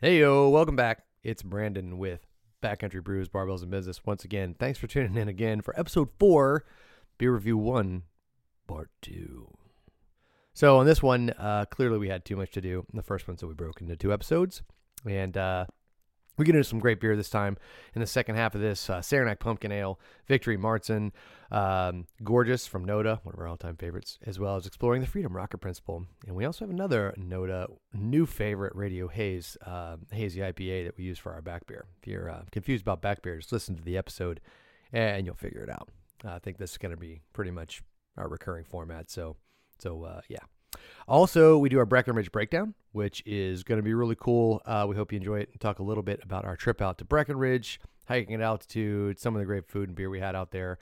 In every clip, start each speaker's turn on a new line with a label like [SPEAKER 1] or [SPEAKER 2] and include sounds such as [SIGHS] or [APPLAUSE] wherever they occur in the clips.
[SPEAKER 1] Hey yo, welcome back. It's Brandon with Backcountry Brews, Barbells and Business once again. Thanks for tuning in again for episode four, beer review one, part two. So on this one, uh, clearly we had too much to do. in The first one, so we broke into two episodes, and uh, we get into some great beer this time in the second half of this. Uh, Saranac Pumpkin Ale, Victory Martin, um, Gorgeous from Noda, one of our all-time favorites, as well as exploring the Freedom Rocket Principle. And we also have another Noda new favorite, Radio Haze uh, Hazy IPA that we use for our back beer. If you're uh, confused about back beer, just listen to the episode and you'll figure it out. Uh, I think this is going to be pretty much our recurring format. So, so uh, yeah. Also, we do our Breckenridge breakdown, which is going to be really cool. Uh, we hope you enjoy it and talk a little bit about our trip out to Breckenridge, hiking at altitude, some of the great food and beer we had out there.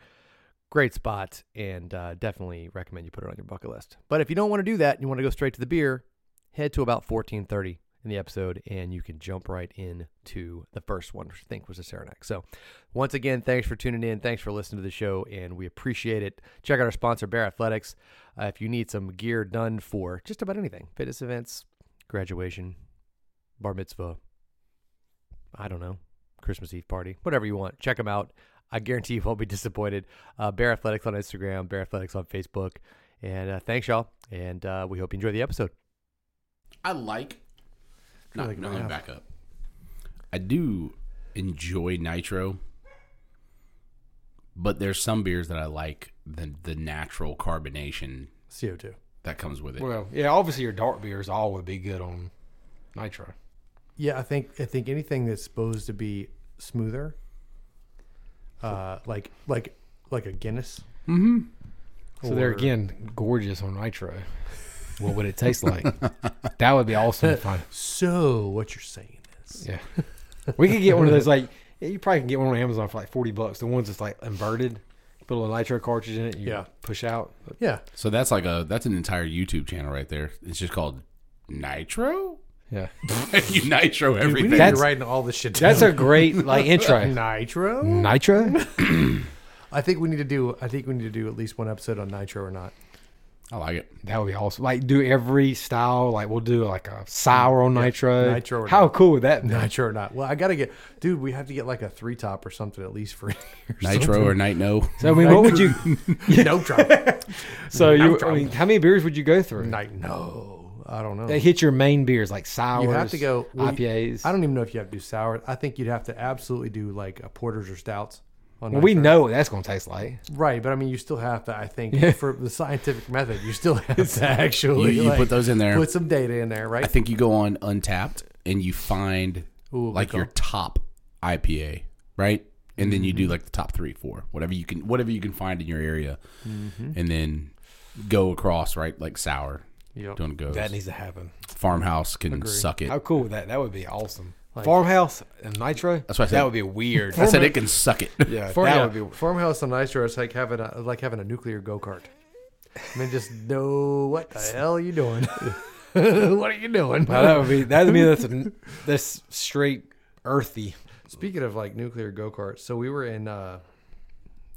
[SPEAKER 1] Great spot, and uh, definitely recommend you put it on your bucket list. But if you don't want to do that and you want to go straight to the beer, head to about 1430 in the episode, and you can jump right in to the first one, which I think was the Saranac. So once again, thanks for tuning in. Thanks for listening to the show, and we appreciate it. Check out our sponsor, Bear Athletics, uh, if you need some gear done for just about anything fitness events, graduation, bar mitzvah, I don't know, Christmas Eve party, whatever you want. Check them out. I guarantee you won't be [LAUGHS] disappointed. Uh, Bear Athletics on Instagram, Bear Athletics on Facebook. And uh, thanks, y'all. And uh, we hope you enjoy the episode.
[SPEAKER 2] I like. No,
[SPEAKER 1] like
[SPEAKER 2] no,
[SPEAKER 1] my
[SPEAKER 2] let me
[SPEAKER 1] house.
[SPEAKER 2] back up. I do enjoy nitro, but there's some beers that I like the the natural carbonation
[SPEAKER 1] CO2.
[SPEAKER 2] that comes with it.
[SPEAKER 3] Well, yeah, obviously your dark beers all would be good on nitro.
[SPEAKER 1] Yeah, I think I think anything that's supposed to be smoother, uh, like like like a Guinness.
[SPEAKER 3] So they're again gorgeous on nitro. What would it taste [LAUGHS] like? that would be awesome fun.
[SPEAKER 1] So what you're saying is,
[SPEAKER 3] Yeah, we could get one of those. Like yeah, you probably can get one on Amazon for like forty bucks. The ones that's like inverted, put a little nitro cartridge in it. You
[SPEAKER 1] Yeah.
[SPEAKER 3] push out.
[SPEAKER 1] yeah,
[SPEAKER 2] So that's like a that's an entire YouTube channel right there. It's just called Nitro. [LAUGHS]
[SPEAKER 3] Yeah,
[SPEAKER 2] you nitro everything.
[SPEAKER 3] need- That's-
[SPEAKER 1] writing all this shit
[SPEAKER 3] that's a great [LAUGHS] like
[SPEAKER 1] [LAUGHS]
[SPEAKER 3] intro.
[SPEAKER 1] Nitro?
[SPEAKER 3] Nitro.
[SPEAKER 1] I think we need to do. I think we need to do at least one episode on Nitro or not.
[SPEAKER 2] I like it.
[SPEAKER 3] That would be awesome. Like do every style. Like we'll do like a sour on nitro.
[SPEAKER 1] nitro or
[SPEAKER 3] How cool would that be?
[SPEAKER 1] Nitro or not. Well, I gotta get, dude. We have to get like a three top or something at least for [LAUGHS]
[SPEAKER 3] [LAUGHS]
[SPEAKER 2] Nitro or Night No.
[SPEAKER 3] So I mean, what would you?
[SPEAKER 1] no drop.
[SPEAKER 3] So you,
[SPEAKER 1] Nitro.
[SPEAKER 3] I mean, how many beers would you go through?
[SPEAKER 1] Night no. I don't know.
[SPEAKER 3] They hit your main beers like sours.
[SPEAKER 1] You have to go well, you-
[SPEAKER 3] IPAs.
[SPEAKER 1] I don't even know if you have to do sour. I think you'd have to absolutely do like a porters or stouts. On
[SPEAKER 3] Well, we
[SPEAKER 1] nitro.
[SPEAKER 3] know what that's going to taste like.
[SPEAKER 1] right, but I mean, you still have to. I think for the scientific method, you still
[SPEAKER 3] [LAUGHS]
[SPEAKER 1] have to
[SPEAKER 2] You,
[SPEAKER 1] actually
[SPEAKER 2] you
[SPEAKER 1] like,
[SPEAKER 2] put those in there.
[SPEAKER 1] put some data in there, right?
[SPEAKER 2] I think you go on Untapped and you find
[SPEAKER 1] Ooh,
[SPEAKER 2] like
[SPEAKER 1] good
[SPEAKER 2] your top IPA, right? And then you do like the top three, four, whatever you can, whatever you can find in your area, and then go across, right? Like sour,
[SPEAKER 1] Yep.
[SPEAKER 2] don't go.
[SPEAKER 3] needs to happen.
[SPEAKER 2] Farmhouse can suck it.
[SPEAKER 3] How cool would that? That would be awesome. Farmhouse and nitro.
[SPEAKER 2] That's what I said.
[SPEAKER 3] That would be weird.
[SPEAKER 2] I said it can suck it. [LAUGHS]
[SPEAKER 3] [LAUGHS] yeah,
[SPEAKER 1] Farm-
[SPEAKER 3] that
[SPEAKER 1] yeah,
[SPEAKER 3] would be.
[SPEAKER 1] farmhouse on ice is like having a like having a nuclear go kart. I mean, just [LAUGHS] no. What the hell are you doing?
[SPEAKER 3] [LAUGHS]
[SPEAKER 1] [LAUGHS] what are you doing?
[SPEAKER 3] No, that would be. That would be [LAUGHS] that's a, that's straight earthy.
[SPEAKER 1] Speaking of like nuclear go karts, so we were in uh,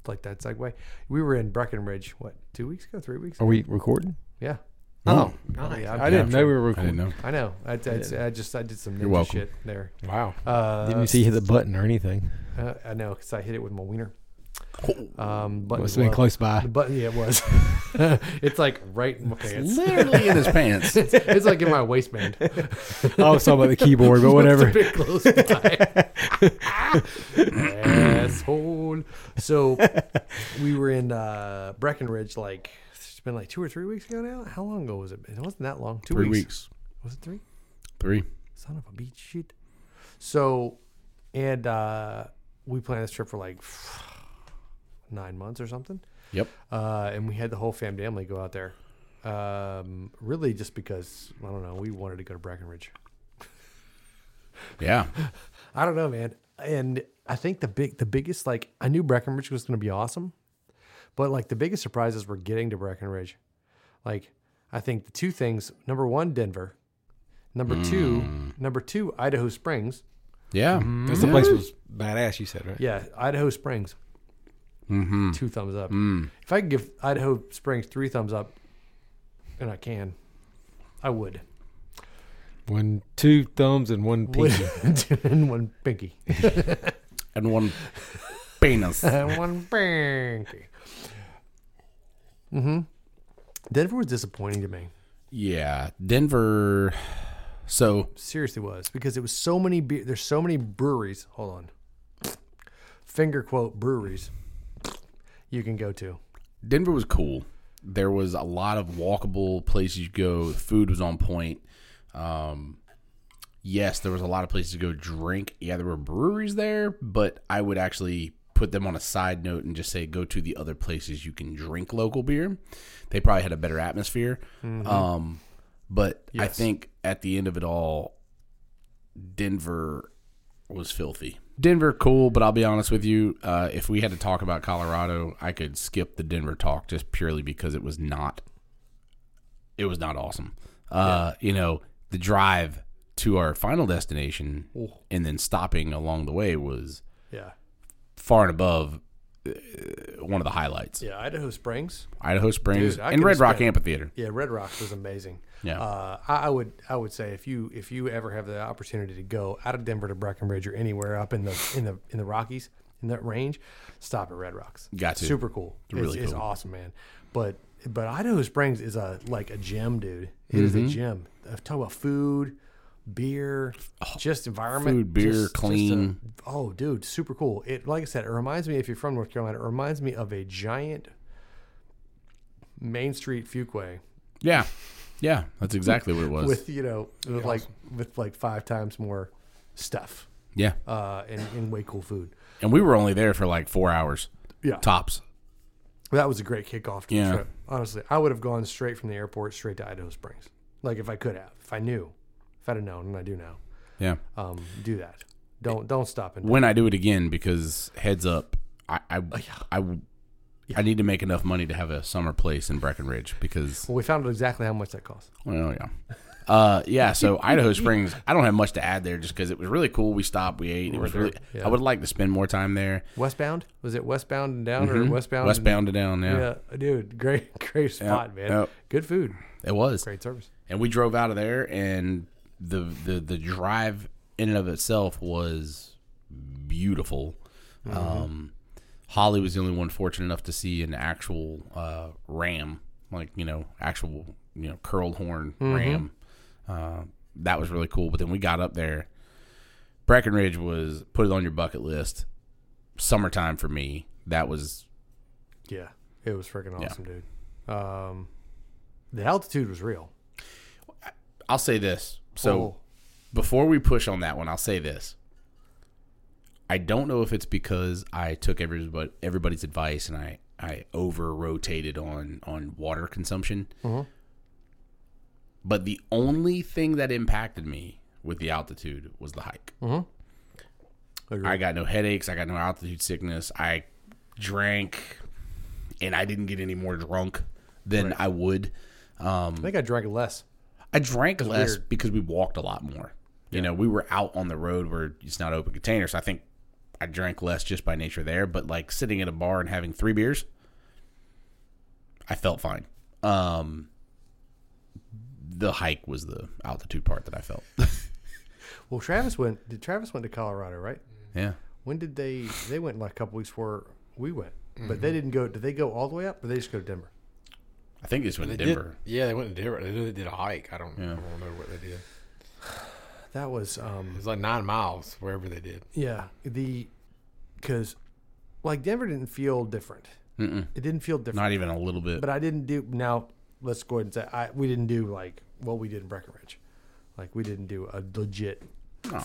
[SPEAKER 1] like that segue. We were in Breckenridge. What two weeks ago? Three weeks? ago?
[SPEAKER 3] we recording?
[SPEAKER 1] Yeah,
[SPEAKER 3] Oh,
[SPEAKER 1] yeah, I'm
[SPEAKER 3] I didn't know we were
[SPEAKER 2] I
[SPEAKER 3] recording.
[SPEAKER 2] didn't know.
[SPEAKER 1] I know. I, I, I just I did some ninja
[SPEAKER 2] welcome.
[SPEAKER 1] shit there.
[SPEAKER 3] Wow.
[SPEAKER 1] Uh,
[SPEAKER 3] didn't you see hit the button or anything?
[SPEAKER 1] uh, I know because I hit it with my wiener. Um, button
[SPEAKER 3] Must have been
[SPEAKER 1] glove. [LAUGHS]
[SPEAKER 3] close [LAUGHS] by.
[SPEAKER 1] The button, yeah, it was. [LAUGHS] it's like right in my
[SPEAKER 3] [LAUGHS]
[SPEAKER 1] pants.
[SPEAKER 2] Literally in his pants.
[SPEAKER 1] It's, it's like in my waistband. [LAUGHS]
[SPEAKER 3] I was talking about the keyboard, but [LAUGHS] whatever.
[SPEAKER 1] Bit close by.
[SPEAKER 3] [LAUGHS]
[SPEAKER 1] Asshole. So we were in uh, Breckenridge like it's been like two or three weeks ago now. How long ago was it? It wasn't that long. Two
[SPEAKER 2] Three weeks.
[SPEAKER 1] Was it three?
[SPEAKER 2] Three.
[SPEAKER 1] Son of a beach shit. So, and uh, we planned this trip for like [SIGHS] nine months or something.
[SPEAKER 2] Yep.
[SPEAKER 1] Uh, and we had the whole fam family go out there. Um, really just because, I don't know, we wanted to go to Breckenridge.
[SPEAKER 2] Yeah.
[SPEAKER 1] I don't know, man. And I think the big, the biggest, like, I knew Breckenridge was going to be awesome, but like the biggest surprises were getting to Breckenridge. Like, I think the two things: number one, Denver; number two, number two, Idaho Springs.
[SPEAKER 2] Yeah.
[SPEAKER 3] That's the place [LAUGHS] was badass. You said right?
[SPEAKER 1] Yeah, Idaho Springs. Two thumbs up. If I could give Idaho Springs three thumbs up, and I can, I would.
[SPEAKER 3] One, two thumbs and one pinky.
[SPEAKER 1] [LAUGHS] and one [LAUGHS] pinky.
[SPEAKER 2] and one penis.
[SPEAKER 1] and one pinky. Mm-hmm. Denver was disappointing to me.
[SPEAKER 2] yeah, Denver. So
[SPEAKER 1] Seriously, was because it was so many. Be- there's so many breweries. Hold on. Finger quote breweries you can go to.
[SPEAKER 2] Denver was cool. There was a lot of walkable places you go. The food was on point. Um, yes, there was a lot of places to go drink. Yeah, there were breweries there, but I would actually put them on a side note and just say go to the other places you can drink local beer. They probably had a better atmosphere. Um, but I
[SPEAKER 1] Yes.
[SPEAKER 2] think at the end of it all, Denver was filthy. Denver, cool, but I'll be honest with you. Uh, if we had to talk about Colorado, I could skip the Denver talk just purely because it was not, it was not awesome. Uh, You know, the drive to our final destination and then stopping along the way was
[SPEAKER 1] Yeah,
[SPEAKER 2] far and above uh, one of the highlights.
[SPEAKER 1] yeah. Idaho Springs.
[SPEAKER 2] Idaho Springs
[SPEAKER 1] Dude, I
[SPEAKER 2] and
[SPEAKER 1] could
[SPEAKER 2] Red
[SPEAKER 1] have
[SPEAKER 2] Rock
[SPEAKER 1] spent-
[SPEAKER 2] Amphitheater.
[SPEAKER 1] Yeah, Red Rocks was amazing.
[SPEAKER 2] Yeah.
[SPEAKER 1] uh, I, I would I would say if you if you ever have the opportunity to go out of Denver to Breckenridge or anywhere up in the in the in the Rockies in that range, stop at Red Rocks.
[SPEAKER 2] Got to.
[SPEAKER 1] super cool. It's,
[SPEAKER 2] really
[SPEAKER 1] it's
[SPEAKER 2] cool.
[SPEAKER 1] awesome, man. But but Idaho Springs is a like a gem, dude. It
[SPEAKER 2] Mm-hmm.
[SPEAKER 1] is a gem. Uh, Talk about food, beer, just environment,
[SPEAKER 2] Oh, food, beer,
[SPEAKER 1] just- just a-
[SPEAKER 2] clean.
[SPEAKER 1] oh, dude, super cool. It like I said, it reminds me if you're from North Carolina, it reminds me of a giant Main Street Fuquay
[SPEAKER 2] Yeah. Yeah. That's exactly what it
[SPEAKER 1] [LAUGHS]
[SPEAKER 2] was.
[SPEAKER 1] with you know with like with like five times more stuff
[SPEAKER 2] yeah.
[SPEAKER 1] uh and, and way cool food
[SPEAKER 2] And we were only there for like four hours
[SPEAKER 1] yeah
[SPEAKER 2] tops.
[SPEAKER 1] that was a great kickoff to
[SPEAKER 2] Yeah.
[SPEAKER 1] the trip honestly i would have gone straight from the airport straight to idaho springs like if i could have if i knew if i'd have known and i do now
[SPEAKER 2] Yeah.
[SPEAKER 1] um do that don't don't stop and
[SPEAKER 2] When I do it again, because heads up, I I I, I need to make enough money to have a summer place in Breckenridge because
[SPEAKER 1] well, we found out exactly how much that costs
[SPEAKER 2] well yeah. Uh, yeah, so Idaho Springs, I don't have much to add there just because it was really cool. We stopped, we ate. It was really, I would like to spend more time there.
[SPEAKER 1] westbound was it westbound and down or westbound
[SPEAKER 2] Mm-hmm. Westbound to down, yeah.
[SPEAKER 1] and, yeah dude great [LAUGHS] great spot man
[SPEAKER 2] yep.
[SPEAKER 1] good food
[SPEAKER 2] It was.
[SPEAKER 1] great service
[SPEAKER 2] and we drove out of there and the the the drive in and of itself was beautiful um holly was the only one fortunate enough to see an actual uh ram like you know actual you know curled horn ram uh that was really cool but then we got up there breckenridge was put it on your bucket list summertime for me that was
[SPEAKER 1] yeah it was freaking awesome dude um the altitude was real
[SPEAKER 2] i'll say this so
[SPEAKER 1] Oh.
[SPEAKER 2] before we push on that one, I'll say this. I don't know if it's because I took everybody, everybody's advice and I, I over rotated on, on water consumption. But the only thing that impacted me with the altitude was the hike. I got no headaches. I got no altitude sickness. I drank and I didn't get any more drunk than I would.
[SPEAKER 1] I think I drank less.
[SPEAKER 2] I drank less because we walked a lot more. You know, we were out on the road where it's not open containers. So I think I drank less just by nature there, but like sitting at a bar and having three beers, I felt fine. Um the hike was the altitude part that I felt.
[SPEAKER 1] Well, Travis went. Did Travis went to Colorado, right?
[SPEAKER 2] yeah.
[SPEAKER 1] When did they? They went like a couple weeks before we went, but they didn't go. Did they go all the way up, or they just go to Denver?
[SPEAKER 2] I think it's went to
[SPEAKER 3] They
[SPEAKER 2] Denver.
[SPEAKER 3] Did, yeah, they went to Denver. They did, they did a hike. I don't, I don't remember what they did. It
[SPEAKER 1] That was, um,
[SPEAKER 3] was like nine miles wherever they did.
[SPEAKER 1] yeah, the because like Denver didn't feel different.
[SPEAKER 2] Mm-mm.
[SPEAKER 1] It didn't feel different.
[SPEAKER 2] Not even a little bit.
[SPEAKER 1] but I didn't do. Now let's go ahead and say I we didn't do like what we did in Breckenridge. Like we didn't do a legit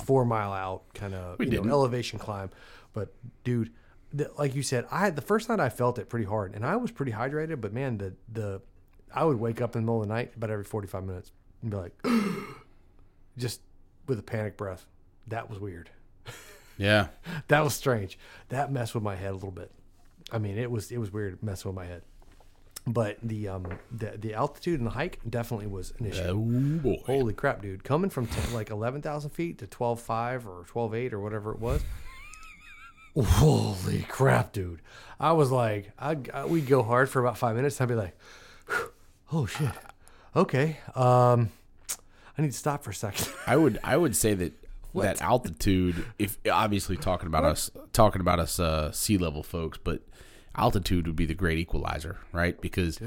[SPEAKER 1] four mile out kind of you know,
[SPEAKER 2] didn't.
[SPEAKER 1] elevation climb. But dude, the, like you said, I had the first night I felt it pretty hard, and I was pretty hydrated. But man, the the I would wake up in the middle of the night about every forty five minutes and be like, [GASPS] just with a panic breath. That was weird.
[SPEAKER 2] yeah.
[SPEAKER 1] That was strange. That messed with my head a little bit. I mean, it was it was weird messing with my head. But the um the, the altitude and the hike definitely was an issue.
[SPEAKER 2] Oh boy.
[SPEAKER 1] Holy crap, dude! Coming from 10, like eleven thousand feet to twelve five or twelve eight or whatever it was. Holy crap, dude! I was like, I, I we'd go hard [SIGHS] for about five minutes. I'd be like, "Whew, oh shit, okay. Um, I need to stop for a second.
[SPEAKER 2] I would I would say that that altitude if obviously talking about us talking about us uh, sea level folks, but altitude would be the great equalizer, right? Because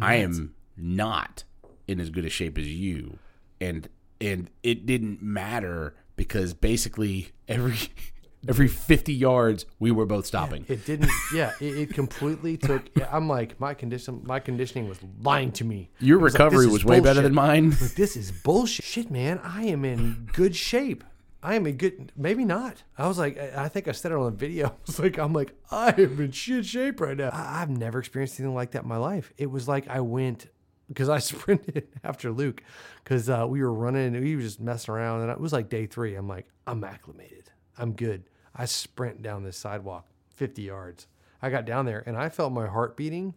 [SPEAKER 2] I am not in as good a shape as you and and it didn't matter because basically every [LAUGHS] every 50 yards we were both stopping.
[SPEAKER 1] It didn't. Yeah, it, it completely took. Yeah, I'm like my condition. My conditioning was lying to me.
[SPEAKER 2] Your
[SPEAKER 1] It was like,
[SPEAKER 2] recovery
[SPEAKER 1] this
[SPEAKER 2] was
[SPEAKER 1] is
[SPEAKER 2] way better
[SPEAKER 1] bullshit. [LAUGHS]
[SPEAKER 2] than mine.
[SPEAKER 1] Like, this is bullshit. Shit, man. I am in good shape. I am in good. Maybe not. I was like, I I think I said it on the video. [LAUGHS] I was like, I'm like, I am in shit shape right now. I, I've never experienced anything like that in my life. It was like I went because I [LAUGHS] sprinted after Luke because uh, we were running and we were just messing around. And it was like day three. I'm like, I'm acclimated. I'm good. I sprint down this sidewalk 50 yards. I got down there and I felt my heart beating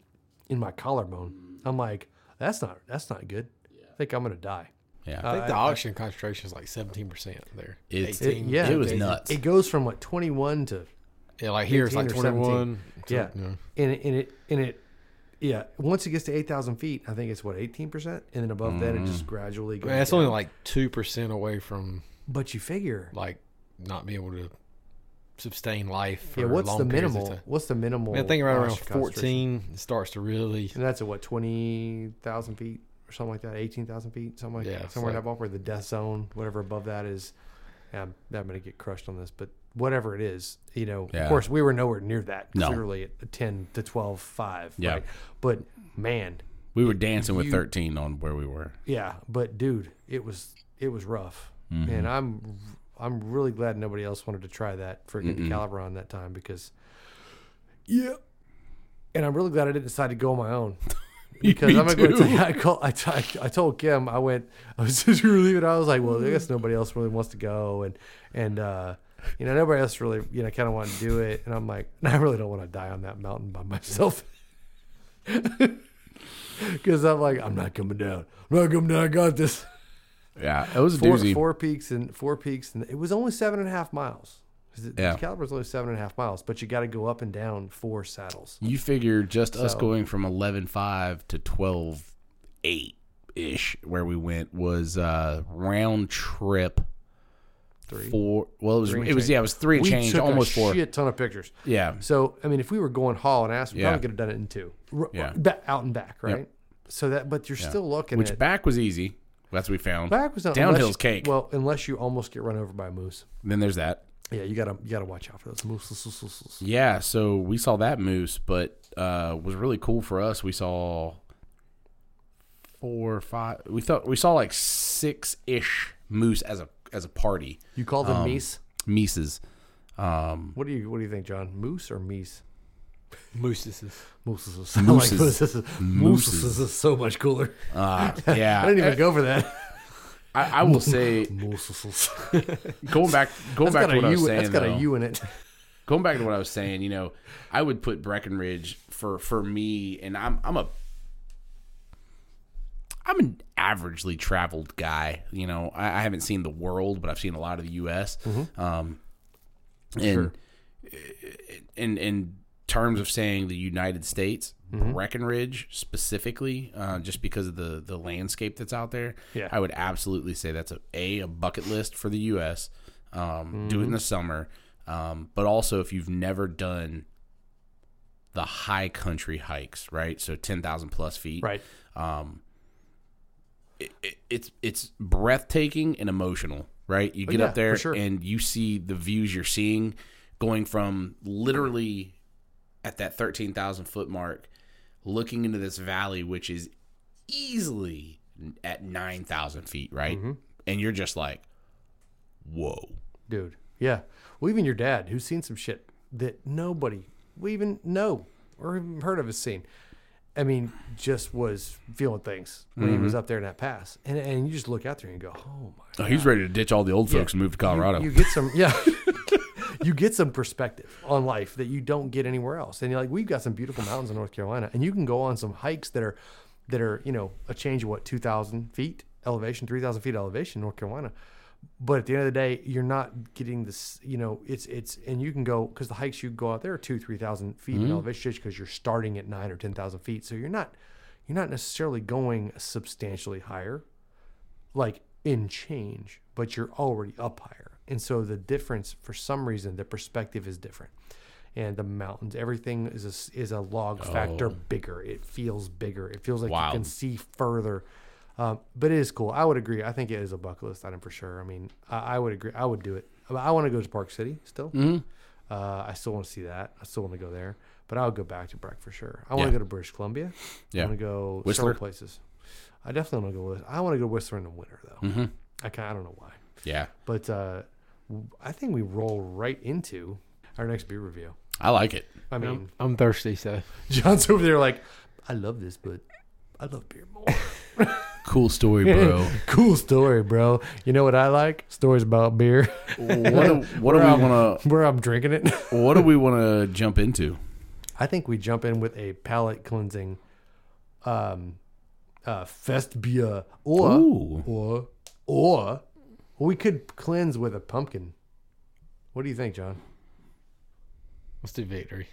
[SPEAKER 1] in my collarbone. I'm like, that's not that's not good. I think I'm gonna die.
[SPEAKER 2] Yeah.
[SPEAKER 1] Oh,
[SPEAKER 3] I think the oxygen concentration is like seventeen percent there.
[SPEAKER 2] It's-
[SPEAKER 1] Uh, It, yeah,
[SPEAKER 2] it was
[SPEAKER 1] it-
[SPEAKER 2] nuts.
[SPEAKER 1] It goes from like 21 to
[SPEAKER 3] Yeah, like here it's like
[SPEAKER 1] 18 or 17.
[SPEAKER 3] twenty-one.
[SPEAKER 1] yeah,
[SPEAKER 3] yeah.
[SPEAKER 1] and it, and it and it yeah. Once it gets to 8,000 feet, I think it's what 18 percent, and then above that it just gradually goes.
[SPEAKER 3] Man, that's
[SPEAKER 1] down.
[SPEAKER 3] only like two percent away from
[SPEAKER 1] but you figure,
[SPEAKER 3] like not being able to sustain life. For
[SPEAKER 1] yeah. What's
[SPEAKER 3] long
[SPEAKER 1] the
[SPEAKER 3] periods of
[SPEAKER 1] minimal?
[SPEAKER 3] time.
[SPEAKER 1] What's the minimal?
[SPEAKER 3] Man, I think around around
[SPEAKER 1] oxygen concentration?
[SPEAKER 3] fourteen it starts to really.
[SPEAKER 1] And that's at what 20,000 feet or something like that, 18,000 feet, something like
[SPEAKER 3] Yeah,
[SPEAKER 1] that,
[SPEAKER 3] it's
[SPEAKER 1] somewhere in
[SPEAKER 3] like-
[SPEAKER 1] that ballpark. The death zone, whatever above that is. Yeah, I'm, I'm gonna get crushed on this, but whatever it is, you know.
[SPEAKER 2] Yeah.
[SPEAKER 1] Of course, we were nowhere near that.
[SPEAKER 2] No.
[SPEAKER 1] Clearly, at 10 to 12, five.
[SPEAKER 2] Yeah.
[SPEAKER 1] Right? But man,
[SPEAKER 2] We were dancing with 13 on where we were.
[SPEAKER 1] yeah, but dude, it was it was rough,
[SPEAKER 2] Mm-hmm.
[SPEAKER 1] and I'm I'm really glad nobody else wanted to try that freaking Calibron that time because, yeah, and I'm really glad I didn't decide to go on my own because
[SPEAKER 2] [LAUGHS] Me
[SPEAKER 1] I'm not going to
[SPEAKER 2] too.
[SPEAKER 1] tell you. [LAUGHS] I call I t- I told Kim I went I was [LAUGHS] just we were leaving. I was like, well, I guess nobody else really wants to go, and and uh, you know nobody else really you know kind of wanted to do it, and I'm like, [LAUGHS] I really don't want to die on that mountain by myself. [LAUGHS] Because I'm like, I'm not coming down. I'm not coming down. I got this.
[SPEAKER 2] Yeah, it was a
[SPEAKER 1] Four,
[SPEAKER 2] doozy.
[SPEAKER 1] four peaks and four peaks, and it was only seven and a half miles. 'Cause The
[SPEAKER 2] Yeah.
[SPEAKER 1] Caliber's only seven and a half miles, but you got to go up and down four saddles.
[SPEAKER 2] You figure just us
[SPEAKER 1] So-
[SPEAKER 2] going from 11.5 to 12.8 ish, where we went, was uh, round trip
[SPEAKER 1] Three.
[SPEAKER 2] four. Well, it was,
[SPEAKER 1] and
[SPEAKER 2] it was
[SPEAKER 1] change.
[SPEAKER 2] yeah, it was three and
[SPEAKER 1] we
[SPEAKER 2] change,
[SPEAKER 1] took
[SPEAKER 2] almost
[SPEAKER 1] a
[SPEAKER 2] four.
[SPEAKER 1] shit ton of pictures.
[SPEAKER 2] Yeah.
[SPEAKER 1] So I mean, if we were going haul and ass, we
[SPEAKER 2] Yeah.
[SPEAKER 1] probably could have done it in two, R-
[SPEAKER 2] Yeah.
[SPEAKER 1] ba- out and back, right? So that, but you're still looking
[SPEAKER 2] Which
[SPEAKER 1] at
[SPEAKER 2] back was easy. That's what we found.
[SPEAKER 1] back was not unless
[SPEAKER 2] Downhill's
[SPEAKER 1] you-
[SPEAKER 2] cake.
[SPEAKER 1] Well, unless you almost get run over by a moose.
[SPEAKER 2] then there's that.
[SPEAKER 1] Yeah, you gotta you gotta watch out for those moose.
[SPEAKER 2] Yeah, so we saw that moose, but uh was really cool for us. We saw four or five we thought we saw like six ish moose as a as a party.
[SPEAKER 1] You call them meese.
[SPEAKER 2] Mises. Um
[SPEAKER 1] What do you what do you think, John? Moose or meese?
[SPEAKER 3] Mooses is
[SPEAKER 1] Mooses [LAUGHS] is sound like
[SPEAKER 2] Mooses.
[SPEAKER 1] mooses. Mooses
[SPEAKER 2] Mooses.
[SPEAKER 1] is so much cooler. [LAUGHS]
[SPEAKER 2] uh,
[SPEAKER 1] I didn't
[SPEAKER 2] yeah.
[SPEAKER 1] even go for that.
[SPEAKER 2] I, I will say
[SPEAKER 1] [LAUGHS] Mooses. [LAUGHS]
[SPEAKER 2] going back going
[SPEAKER 1] That's got
[SPEAKER 2] back to
[SPEAKER 1] a
[SPEAKER 2] what I was
[SPEAKER 1] U.
[SPEAKER 2] saying.
[SPEAKER 1] That's got
[SPEAKER 2] though,
[SPEAKER 1] a U in it.
[SPEAKER 2] going back to what I was saying, you know, I would put Breckenridge for for me, and I'm I'm a I'm an averagely traveled guy. You know, I, I haven't seen the world, but I've seen a lot of the U.S.
[SPEAKER 1] Mm-hmm.
[SPEAKER 2] Um, and uh, in in terms of saying the United States,
[SPEAKER 1] Mm-hmm.
[SPEAKER 2] Breckenridge specifically, uh, just because of the the landscape that's out there,
[SPEAKER 1] Yeah.
[SPEAKER 2] I would absolutely say that's a a, a bucket list for the U.S. Um, Do it
[SPEAKER 1] Mm-hmm.
[SPEAKER 2] in the summer, um, but also if you've never done the high country hikes, right? So ten thousand plus feet,
[SPEAKER 1] Right.
[SPEAKER 2] Um, it, it- it's it's breathtaking and emotional, right? You get
[SPEAKER 1] yeah,
[SPEAKER 2] up there
[SPEAKER 1] for sure.
[SPEAKER 2] and you see the views you're seeing going from literally at that 13,000 foot mark looking into this valley which is easily at 9,000 feet, right? And you're just like whoa.
[SPEAKER 1] dude. Yeah. Well, even your dad, who's seen some shit that nobody we even know or even heard of has seen. I mean, just was feeling things when he was up there in that pass, and and you just look out there and you go, oh my.
[SPEAKER 2] Oh, he's ready to ditch all the old folks and move to Colorado.
[SPEAKER 1] You get some, yeah. [LAUGHS] you get some perspective on life that you don't get anywhere else. And you're like, we've got some beautiful mountains in North Carolina, and you can go on some hikes that are, that are, you know, a change of what two thousand feet elevation, three thousand feet elevation, in North Carolina. But at the end of the day, you're not getting this. You know, it's it's, and you can go because the hikes you go out there are two, three thousand feet in elevation because you're starting at nine or ten thousand feet, so you're not, you're not necessarily going substantially higher like in change, but you're already up higher. And so the difference, for some reason, the perspective is different. And the mountains, everything is a, s- is a log factor bigger. It feels bigger. It feels like you can
[SPEAKER 2] Wild.
[SPEAKER 1] see further. Um, but it is cool. I would agree. I think it is a bucket list item for sure. I mean, I, I would agree. I would do it. I- I want to go to Park City still.
[SPEAKER 2] Mm-hmm.
[SPEAKER 1] Uh, I still want to see that. I still want to go there. But I'll go back to Breck for sure. I want to
[SPEAKER 2] Yeah.
[SPEAKER 1] go to British Columbia. I
[SPEAKER 2] Yeah.
[SPEAKER 1] want to go
[SPEAKER 2] Whistler?
[SPEAKER 1] several places. I definitely want to go. Whist- I want to go Whistler in the winter though.
[SPEAKER 2] Mhm.
[SPEAKER 1] I kind I don't know why,
[SPEAKER 2] Yeah.
[SPEAKER 1] but uh, w- I think we roll right into our next beer review.
[SPEAKER 2] I like it.
[SPEAKER 1] I mean, [LAUGHS]
[SPEAKER 3] I'm, I'm thirsty, so
[SPEAKER 1] John's over there like, I love this, but I love beer more.
[SPEAKER 2] Cool story, bro.
[SPEAKER 1] cool story, bro. You know what I like? Stories about beer.
[SPEAKER 2] [LAUGHS]
[SPEAKER 1] [LAUGHS]
[SPEAKER 2] what do, what do we
[SPEAKER 1] Well-
[SPEAKER 2] want
[SPEAKER 1] Where I'm drinking it.
[SPEAKER 2] to what do we want to jump into?
[SPEAKER 1] I think we jump in with a palate cleansing, um, uh, fest beer or.
[SPEAKER 2] Ooh.
[SPEAKER 1] Or, or we could cleanse with a pumpkin. What do you think, John?
[SPEAKER 3] let's do victory.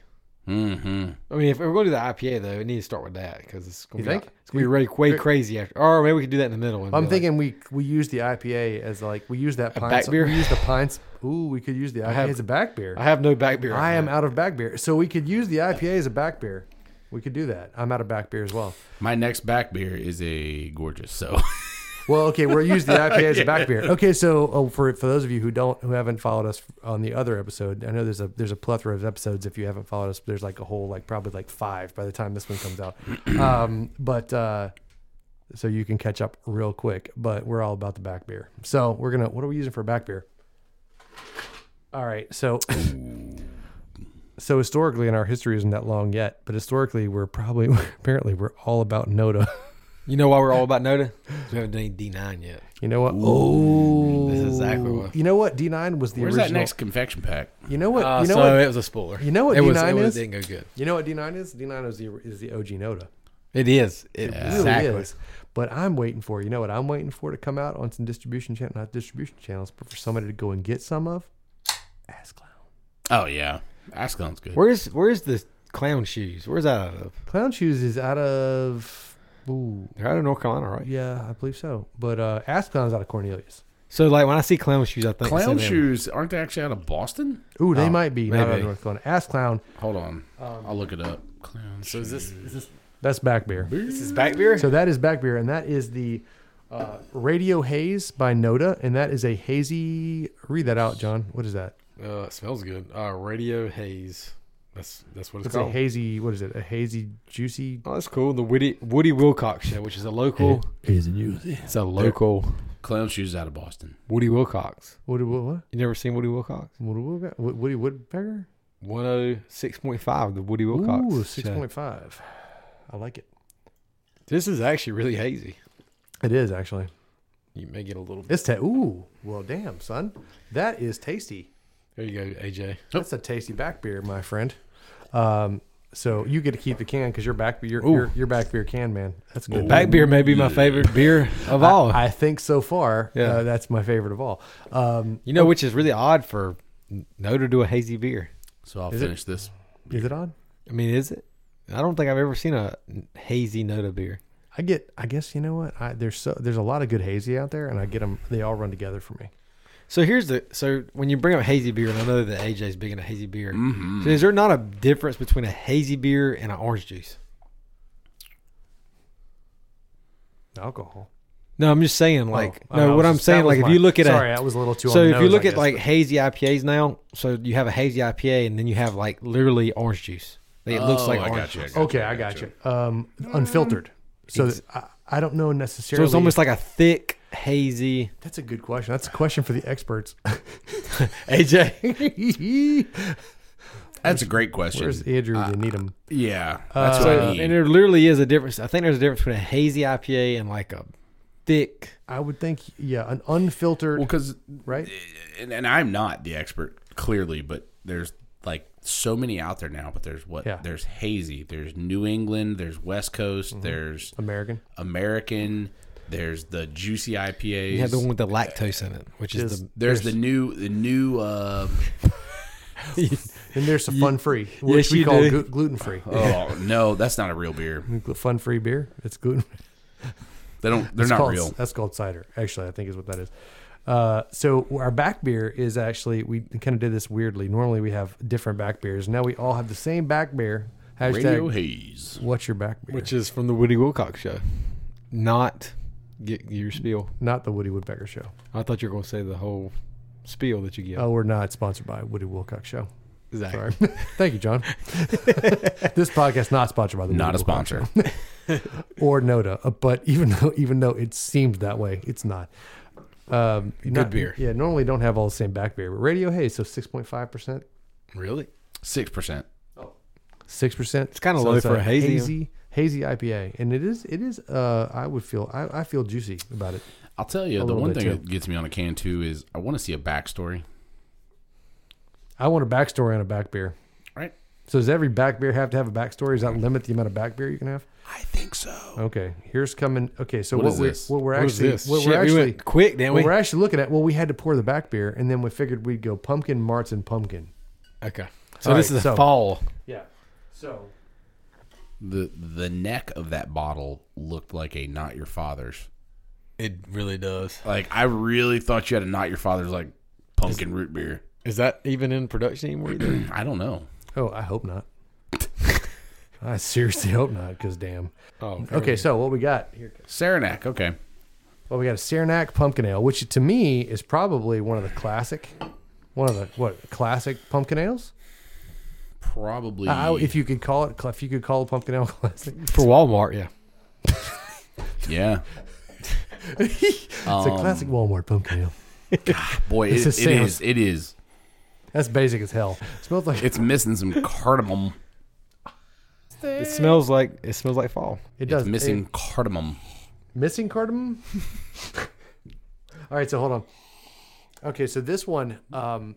[SPEAKER 2] Mm-hmm.
[SPEAKER 3] I mean, if we're going to do the IPA though, we need to start with that because it's
[SPEAKER 1] You
[SPEAKER 3] going to be
[SPEAKER 1] think?
[SPEAKER 3] it's going to be really way crazy after. Or maybe we could do that in the middle. and
[SPEAKER 1] I'm
[SPEAKER 3] be like,
[SPEAKER 1] thinking we we use the IPA as like we use that pine
[SPEAKER 3] back beer?
[SPEAKER 1] We use the pints. Ooh, we could use the IPA
[SPEAKER 3] have-
[SPEAKER 1] as a back beer.
[SPEAKER 3] I
[SPEAKER 1] I,
[SPEAKER 3] have no back beer. on
[SPEAKER 1] am
[SPEAKER 3] that.
[SPEAKER 1] out of back beer, so we could use the IPA as a back beer. We could do that. I'm out of back beer as well.
[SPEAKER 2] My next back beer is a gorgeous. So
[SPEAKER 1] Well, okay, we're use the
[SPEAKER 3] [LAUGHS]
[SPEAKER 1] IPA as a back beer. Okay, so oh, for for those of you who don't who haven't followed us on the other episode, I know there's a there's a plethora of episodes. If you haven't followed us, there's like a whole like probably like five by the time this one comes
[SPEAKER 3] [CLEARS THROAT]
[SPEAKER 1] out. Um, but uh, so you can catch up real quick. But we're all about the back beer. So we're gonna what are we using for back beer? All right,
[SPEAKER 3] [COUGHS]
[SPEAKER 1] so so historically, and our history isn't that long yet, but historically, we're probably [LAUGHS] apparently we're all about Noda. [LAUGHS]
[SPEAKER 3] You know why we're all about Noda? 'Cause [LAUGHS] We haven't done any D nine yet.
[SPEAKER 1] You know what? oh,
[SPEAKER 3] this is exactly what-
[SPEAKER 1] You know what? D nine was the
[SPEAKER 2] [LAUGHS] where's
[SPEAKER 1] original.
[SPEAKER 2] that next confection pack?
[SPEAKER 1] You know what?
[SPEAKER 3] Uh,
[SPEAKER 1] you know
[SPEAKER 3] so
[SPEAKER 1] what?
[SPEAKER 3] it was a spoiler.
[SPEAKER 1] you know what
[SPEAKER 3] it was,
[SPEAKER 1] D9
[SPEAKER 3] it was-
[SPEAKER 1] is?
[SPEAKER 3] Didn't go good.
[SPEAKER 1] You know what D nine is? D nine is the is the OG Noda.
[SPEAKER 3] It is. It
[SPEAKER 1] It
[SPEAKER 2] Yeah.
[SPEAKER 1] really
[SPEAKER 3] exactly.
[SPEAKER 1] is. But I'm waiting for you know what I'm waiting for to come out on some distribution channel, not distribution channels, but for somebody to go and get some of. Ass clown.
[SPEAKER 2] Oh yeah, Ascalon's good.
[SPEAKER 3] Where's Where's the clown shoes? Where's that out of?
[SPEAKER 1] Clown shoes is out of. Ooh,
[SPEAKER 3] They're out of North Carolina, right?
[SPEAKER 1] yeah, I believe so. But uh, Ass clown's out of Cornelius.
[SPEAKER 3] So like when I see clown shoes, I think I
[SPEAKER 2] Clown
[SPEAKER 3] see them.
[SPEAKER 2] shoes aren't they actually out of Boston?
[SPEAKER 1] Ooh, they
[SPEAKER 3] Oh,
[SPEAKER 1] might be not out of
[SPEAKER 3] maybe.
[SPEAKER 1] North Carolina. Ass clown.
[SPEAKER 2] Hold on, I'll look it up. Clown. So is this is this
[SPEAKER 1] That's back beer.
[SPEAKER 3] This is back beer.
[SPEAKER 1] So that is back beer, and that is the uh, Radio Haze by Noda, and that is a hazy. Read that out, John. What is that?
[SPEAKER 3] Uh, it smells good. Uh, Radio haze. That's that's what it's,
[SPEAKER 1] It's a
[SPEAKER 3] called.
[SPEAKER 1] hazy. What is it? A hazy, juicy.
[SPEAKER 3] Oh, that's cool. The Woody Woody Wilcox show, which is a local.
[SPEAKER 1] Hazy juicy.
[SPEAKER 3] It's a local
[SPEAKER 2] clown shoes out of Boston?
[SPEAKER 3] Woody Wilcox.
[SPEAKER 1] Woody what? What?
[SPEAKER 3] You never seen Woody Wilcox?
[SPEAKER 1] Woody, Wood- Wood- Woody Woodpecker.
[SPEAKER 3] One oh six point five. The Woody Wilcox.
[SPEAKER 1] Ooh,
[SPEAKER 3] show.
[SPEAKER 1] six point five. I like it.
[SPEAKER 3] This is actually really hazy.
[SPEAKER 1] It is actually.
[SPEAKER 3] You may get a little bit.
[SPEAKER 1] It's ta- ooh. Well, damn, son, that is tasty.
[SPEAKER 3] There you go, AJ.
[SPEAKER 1] That's a tasty back beer, my friend. Um, so you get to keep the can because your back beer,
[SPEAKER 3] Ooh.
[SPEAKER 1] your, your back beer can, man. That's good.
[SPEAKER 3] Back beer may be my favorite beer of all.
[SPEAKER 1] I think so far,
[SPEAKER 3] Oh. Yeah.
[SPEAKER 1] uh, that's my favorite of all. Um,
[SPEAKER 3] you know, which is really odd for no to do a hazy beer.
[SPEAKER 2] So I'll
[SPEAKER 1] Is it-
[SPEAKER 2] finish this.
[SPEAKER 1] is it on?
[SPEAKER 3] I mean, is it? I don't think I've ever seen a hazy Noda beer.
[SPEAKER 1] I get. I guess you know what. I, there's so there's a lot of good hazy out there, and I get them. They all run together for me.
[SPEAKER 3] So here's the so when you bring up hazy beer, and I know that AJ's big into hazy beer.
[SPEAKER 2] Mhm.
[SPEAKER 1] Mm-hmm.
[SPEAKER 3] So is there not a difference between a hazy beer and an orange juice?
[SPEAKER 1] Alcohol.
[SPEAKER 3] No, I'm just saying like
[SPEAKER 1] Oh, I
[SPEAKER 3] no.
[SPEAKER 1] was
[SPEAKER 3] What I'm
[SPEAKER 1] just- that
[SPEAKER 3] saying
[SPEAKER 1] was
[SPEAKER 3] like if
[SPEAKER 1] my-
[SPEAKER 3] you look at
[SPEAKER 1] sorry,
[SPEAKER 3] a
[SPEAKER 1] I was a little too.
[SPEAKER 3] so
[SPEAKER 1] on the
[SPEAKER 3] if you
[SPEAKER 1] nose,
[SPEAKER 3] look
[SPEAKER 1] I
[SPEAKER 3] at
[SPEAKER 1] guess.
[SPEAKER 3] like hazy IPAs now, so you have a hazy IPA and then you have like literally orange juice. It looks
[SPEAKER 2] Oh,
[SPEAKER 3] like
[SPEAKER 2] I
[SPEAKER 3] orange
[SPEAKER 2] gotcha, I
[SPEAKER 3] juice.
[SPEAKER 2] gotcha.
[SPEAKER 1] okay, I got you. Um, unfiltered. So th- I, I don't know
[SPEAKER 3] Mm. So
[SPEAKER 1] necessarily.
[SPEAKER 3] it's almost like a thick hazy
[SPEAKER 1] that's a good question. That's a question for the
[SPEAKER 3] [LAUGHS]
[SPEAKER 1] experts.
[SPEAKER 3] AJ.
[SPEAKER 2] That's a great question.
[SPEAKER 1] Where's Andrew?
[SPEAKER 3] Uh,
[SPEAKER 1] You need him.
[SPEAKER 2] yeah, that's
[SPEAKER 1] Uh,
[SPEAKER 2] what I
[SPEAKER 3] So,
[SPEAKER 2] need.
[SPEAKER 3] and there literally is a difference. I think there's a difference between a hazy IPA and like a thick.
[SPEAKER 1] I would think. Yeah, an unfiltered.
[SPEAKER 2] well, because
[SPEAKER 1] right.
[SPEAKER 2] and, and I'm not the expert clearly, but there's like so many out there now. But there's what
[SPEAKER 1] Yeah.
[SPEAKER 2] there's hazy, there's New England, there's West Coast, there's
[SPEAKER 1] American.
[SPEAKER 2] American, there's the juicy IPAs.
[SPEAKER 3] You have the one with the lactose in it, which is
[SPEAKER 1] Just-
[SPEAKER 3] the
[SPEAKER 2] there's, the new the new uh,
[SPEAKER 1] And there's some fun free, which we
[SPEAKER 3] you
[SPEAKER 1] call
[SPEAKER 3] do.
[SPEAKER 1] gluten free.
[SPEAKER 2] oh no, that's not a real beer.
[SPEAKER 1] Fun free beer. It's gluten.
[SPEAKER 2] They don't. They're
[SPEAKER 1] That's
[SPEAKER 2] not
[SPEAKER 1] called-
[SPEAKER 2] real.
[SPEAKER 1] That's called cider, actually. I think is what that is. Uh, so our back beer is actually we kind of did this weirdly. Normally we have different back beers. Now we all have the same back beer. Hashtag
[SPEAKER 2] Radio haze.
[SPEAKER 1] what's your back beer?
[SPEAKER 3] which is from the Woody Wilcox show. Not get your spiel.
[SPEAKER 1] not the Woody Woodpecker Show.
[SPEAKER 3] I thought you were going to say the whole spiel that you give.
[SPEAKER 1] Oh, we're not sponsored by Woody Wilcox Show.
[SPEAKER 3] Zach.
[SPEAKER 1] Sorry. [LAUGHS] Thank you,
[SPEAKER 2] [LAUGHS]
[SPEAKER 1] John. this podcast not sponsored by the
[SPEAKER 2] Not
[SPEAKER 1] Woody
[SPEAKER 2] a
[SPEAKER 1] Wilcox [LAUGHS]
[SPEAKER 2] sponsor.
[SPEAKER 1] Show or Noda, uh, but even though even though it seemed that way, it's not. Um, Good
[SPEAKER 3] beer.
[SPEAKER 1] Yeah, normally don't have all the same back beer, but Radio Haze, so six point five percent
[SPEAKER 3] Really?
[SPEAKER 2] Six percent.
[SPEAKER 1] six percent. It's
[SPEAKER 3] kinda low for a hazy.
[SPEAKER 1] hazy hazy IPA, and it is it is. Uh, I would feel I, I feel juicy about it.
[SPEAKER 2] I'll tell you, the
[SPEAKER 1] little
[SPEAKER 2] one
[SPEAKER 1] bit,
[SPEAKER 2] thing
[SPEAKER 1] too.
[SPEAKER 2] that gets me on a can too is I want to see a backstory.
[SPEAKER 1] I want a backstory on a back beer.
[SPEAKER 2] Right.
[SPEAKER 1] So does every back beer have to have a backstory? Does that limit the amount of back beer you can have?
[SPEAKER 2] I think so.
[SPEAKER 1] Okay, here's coming. Okay, so
[SPEAKER 2] What
[SPEAKER 1] what,
[SPEAKER 2] is
[SPEAKER 1] we're,
[SPEAKER 2] this?
[SPEAKER 1] what we're
[SPEAKER 3] What was
[SPEAKER 1] actually
[SPEAKER 3] this?
[SPEAKER 1] what
[SPEAKER 3] Shit,
[SPEAKER 1] we're
[SPEAKER 3] we
[SPEAKER 1] actually
[SPEAKER 3] went quick, didn't
[SPEAKER 1] what
[SPEAKER 3] we?
[SPEAKER 1] we're actually looking at. Well, we had to pour the back beer, and then we figured we'd go pumpkin marts and pumpkin.
[SPEAKER 3] Okay. So
[SPEAKER 1] All
[SPEAKER 3] this
[SPEAKER 1] right,
[SPEAKER 3] is
[SPEAKER 1] so-
[SPEAKER 3] a fall.
[SPEAKER 1] Yeah. So
[SPEAKER 2] The the neck of that bottle looked like a not your father's.
[SPEAKER 3] It really does.
[SPEAKER 2] Like I really thought you had a not your father's like pumpkin root beer.
[SPEAKER 3] Is that even in production
[SPEAKER 1] [CLEARS THROAT]
[SPEAKER 3] anymore? Either?
[SPEAKER 2] I don't know.
[SPEAKER 1] oh, I hope not. [LAUGHS] I seriously hope not, because damn.
[SPEAKER 3] oh,
[SPEAKER 1] Okay, so what we got here?
[SPEAKER 2] Saranac. Okay.
[SPEAKER 1] Well, we got a Saranac pumpkin ale, which to me is probably one of the classic, one of the what classic pumpkin ales.
[SPEAKER 2] Probably.
[SPEAKER 1] I- I- if you could call it, if you could call a pumpkin ale [LAUGHS] classic,
[SPEAKER 3] For Walmart, yeah.
[SPEAKER 2] yeah. Um,
[SPEAKER 1] it's a classic Walmart pumpkin ale.
[SPEAKER 2] Boy,
[SPEAKER 1] It's
[SPEAKER 2] it,
[SPEAKER 1] a
[SPEAKER 2] it is. It is.
[SPEAKER 1] That's basic as hell. smells like
[SPEAKER 2] It's missing some cardamom.
[SPEAKER 3] It smells like it smells like fall.
[SPEAKER 1] it
[SPEAKER 2] It's
[SPEAKER 1] does
[SPEAKER 2] missing cardamom.
[SPEAKER 1] Missing cardamom? [LAUGHS] All right, so hold on. Okay, so this one, um,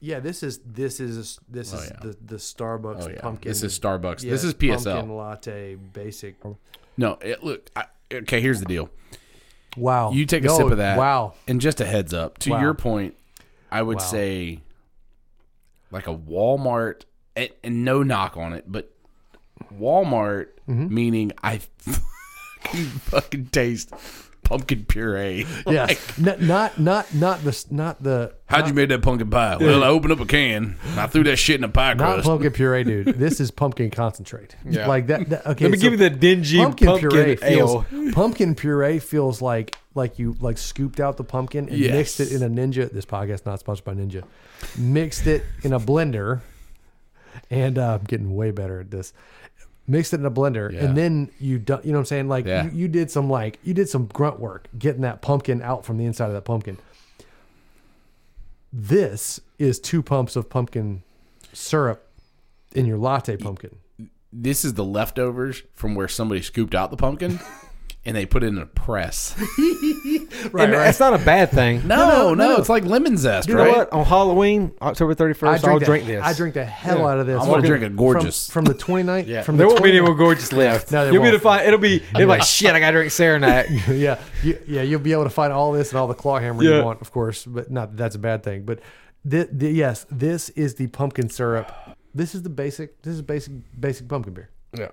[SPEAKER 1] yeah, this is this is this
[SPEAKER 2] Oh,
[SPEAKER 1] is
[SPEAKER 2] yeah.
[SPEAKER 1] the the Starbucks
[SPEAKER 2] Oh yeah.
[SPEAKER 1] pumpkin.
[SPEAKER 2] This is Starbucks.
[SPEAKER 1] yeah,
[SPEAKER 2] this is PSL.
[SPEAKER 1] pumpkin latte basic.
[SPEAKER 2] No, it look. I, okay, here's the deal.
[SPEAKER 1] Wow,
[SPEAKER 2] You take a
[SPEAKER 1] No,
[SPEAKER 2] sip of that.
[SPEAKER 1] Wow,
[SPEAKER 2] And just a heads up to
[SPEAKER 1] Wow.
[SPEAKER 2] your point, I would
[SPEAKER 1] Wow.
[SPEAKER 2] say like a Walmart, and, and no knock on it, but Walmart
[SPEAKER 1] Mm-hmm.
[SPEAKER 2] meaning I [LAUGHS] can fucking taste pumpkin puree.
[SPEAKER 3] [LAUGHS]
[SPEAKER 1] yes,
[SPEAKER 2] Like,
[SPEAKER 1] N- not not not the s- not the
[SPEAKER 2] how'd you make that pumpkin pie? Well, I opened up a can and I threw that shit in a pie
[SPEAKER 1] not
[SPEAKER 2] crust.
[SPEAKER 1] pumpkin puree, dude. This is pumpkin concentrate.
[SPEAKER 3] Yeah.
[SPEAKER 1] like that. that- okay,
[SPEAKER 3] Let me
[SPEAKER 1] so
[SPEAKER 3] give you the dingy
[SPEAKER 1] pumpkin,
[SPEAKER 3] pumpkin,
[SPEAKER 1] puree
[SPEAKER 3] ale.
[SPEAKER 1] feels pumpkin puree feels like like you like scooped out the pumpkin and
[SPEAKER 2] Yes.
[SPEAKER 1] mixed it in a ninja. This podcast not sponsored by Ninja. Mixed it in a blender, and uh, I'm getting way better at this. Mixed it in a blender,
[SPEAKER 2] Yeah.
[SPEAKER 1] and then you du- you know what I'm saying? Like
[SPEAKER 2] Yeah.
[SPEAKER 1] you, you did some like you did some grunt work getting that pumpkin out from the inside of that pumpkin. This is two pumps of pumpkin syrup in your latte pumpkin.
[SPEAKER 2] This is the leftovers from where somebody scooped out the pumpkin and they put it in a press.
[SPEAKER 3] and that's not a bad [LAUGHS] thing.
[SPEAKER 2] No, no, it's like lemon zest,
[SPEAKER 3] You
[SPEAKER 2] right?
[SPEAKER 3] know what? On Halloween, October 31st, I'll
[SPEAKER 1] the-
[SPEAKER 3] drink this.
[SPEAKER 1] I drink the hell
[SPEAKER 3] Yeah.
[SPEAKER 1] out of this.
[SPEAKER 2] I wanna
[SPEAKER 1] Fucking-
[SPEAKER 2] drink a gorgeous.
[SPEAKER 1] From, from the 29th.
[SPEAKER 3] Yeah.
[SPEAKER 1] From
[SPEAKER 3] there
[SPEAKER 1] the
[SPEAKER 3] won't be any
[SPEAKER 1] 29th
[SPEAKER 3] more gorgeous left.
[SPEAKER 1] No, there
[SPEAKER 3] You'll be
[SPEAKER 1] won't.
[SPEAKER 3] able to find. It'll be. It'll be like shit. I gotta drink [LAUGHS] Saranac.
[SPEAKER 1] yeah, you, yeah, you'll be able to find all this and all the claw hammer
[SPEAKER 3] Yeah.
[SPEAKER 1] you want, of course. But not that that's a bad thing. But thi- thi- yes, this is the pumpkin syrup. This is the basic. This is basic basic pumpkin beer.
[SPEAKER 3] yeah.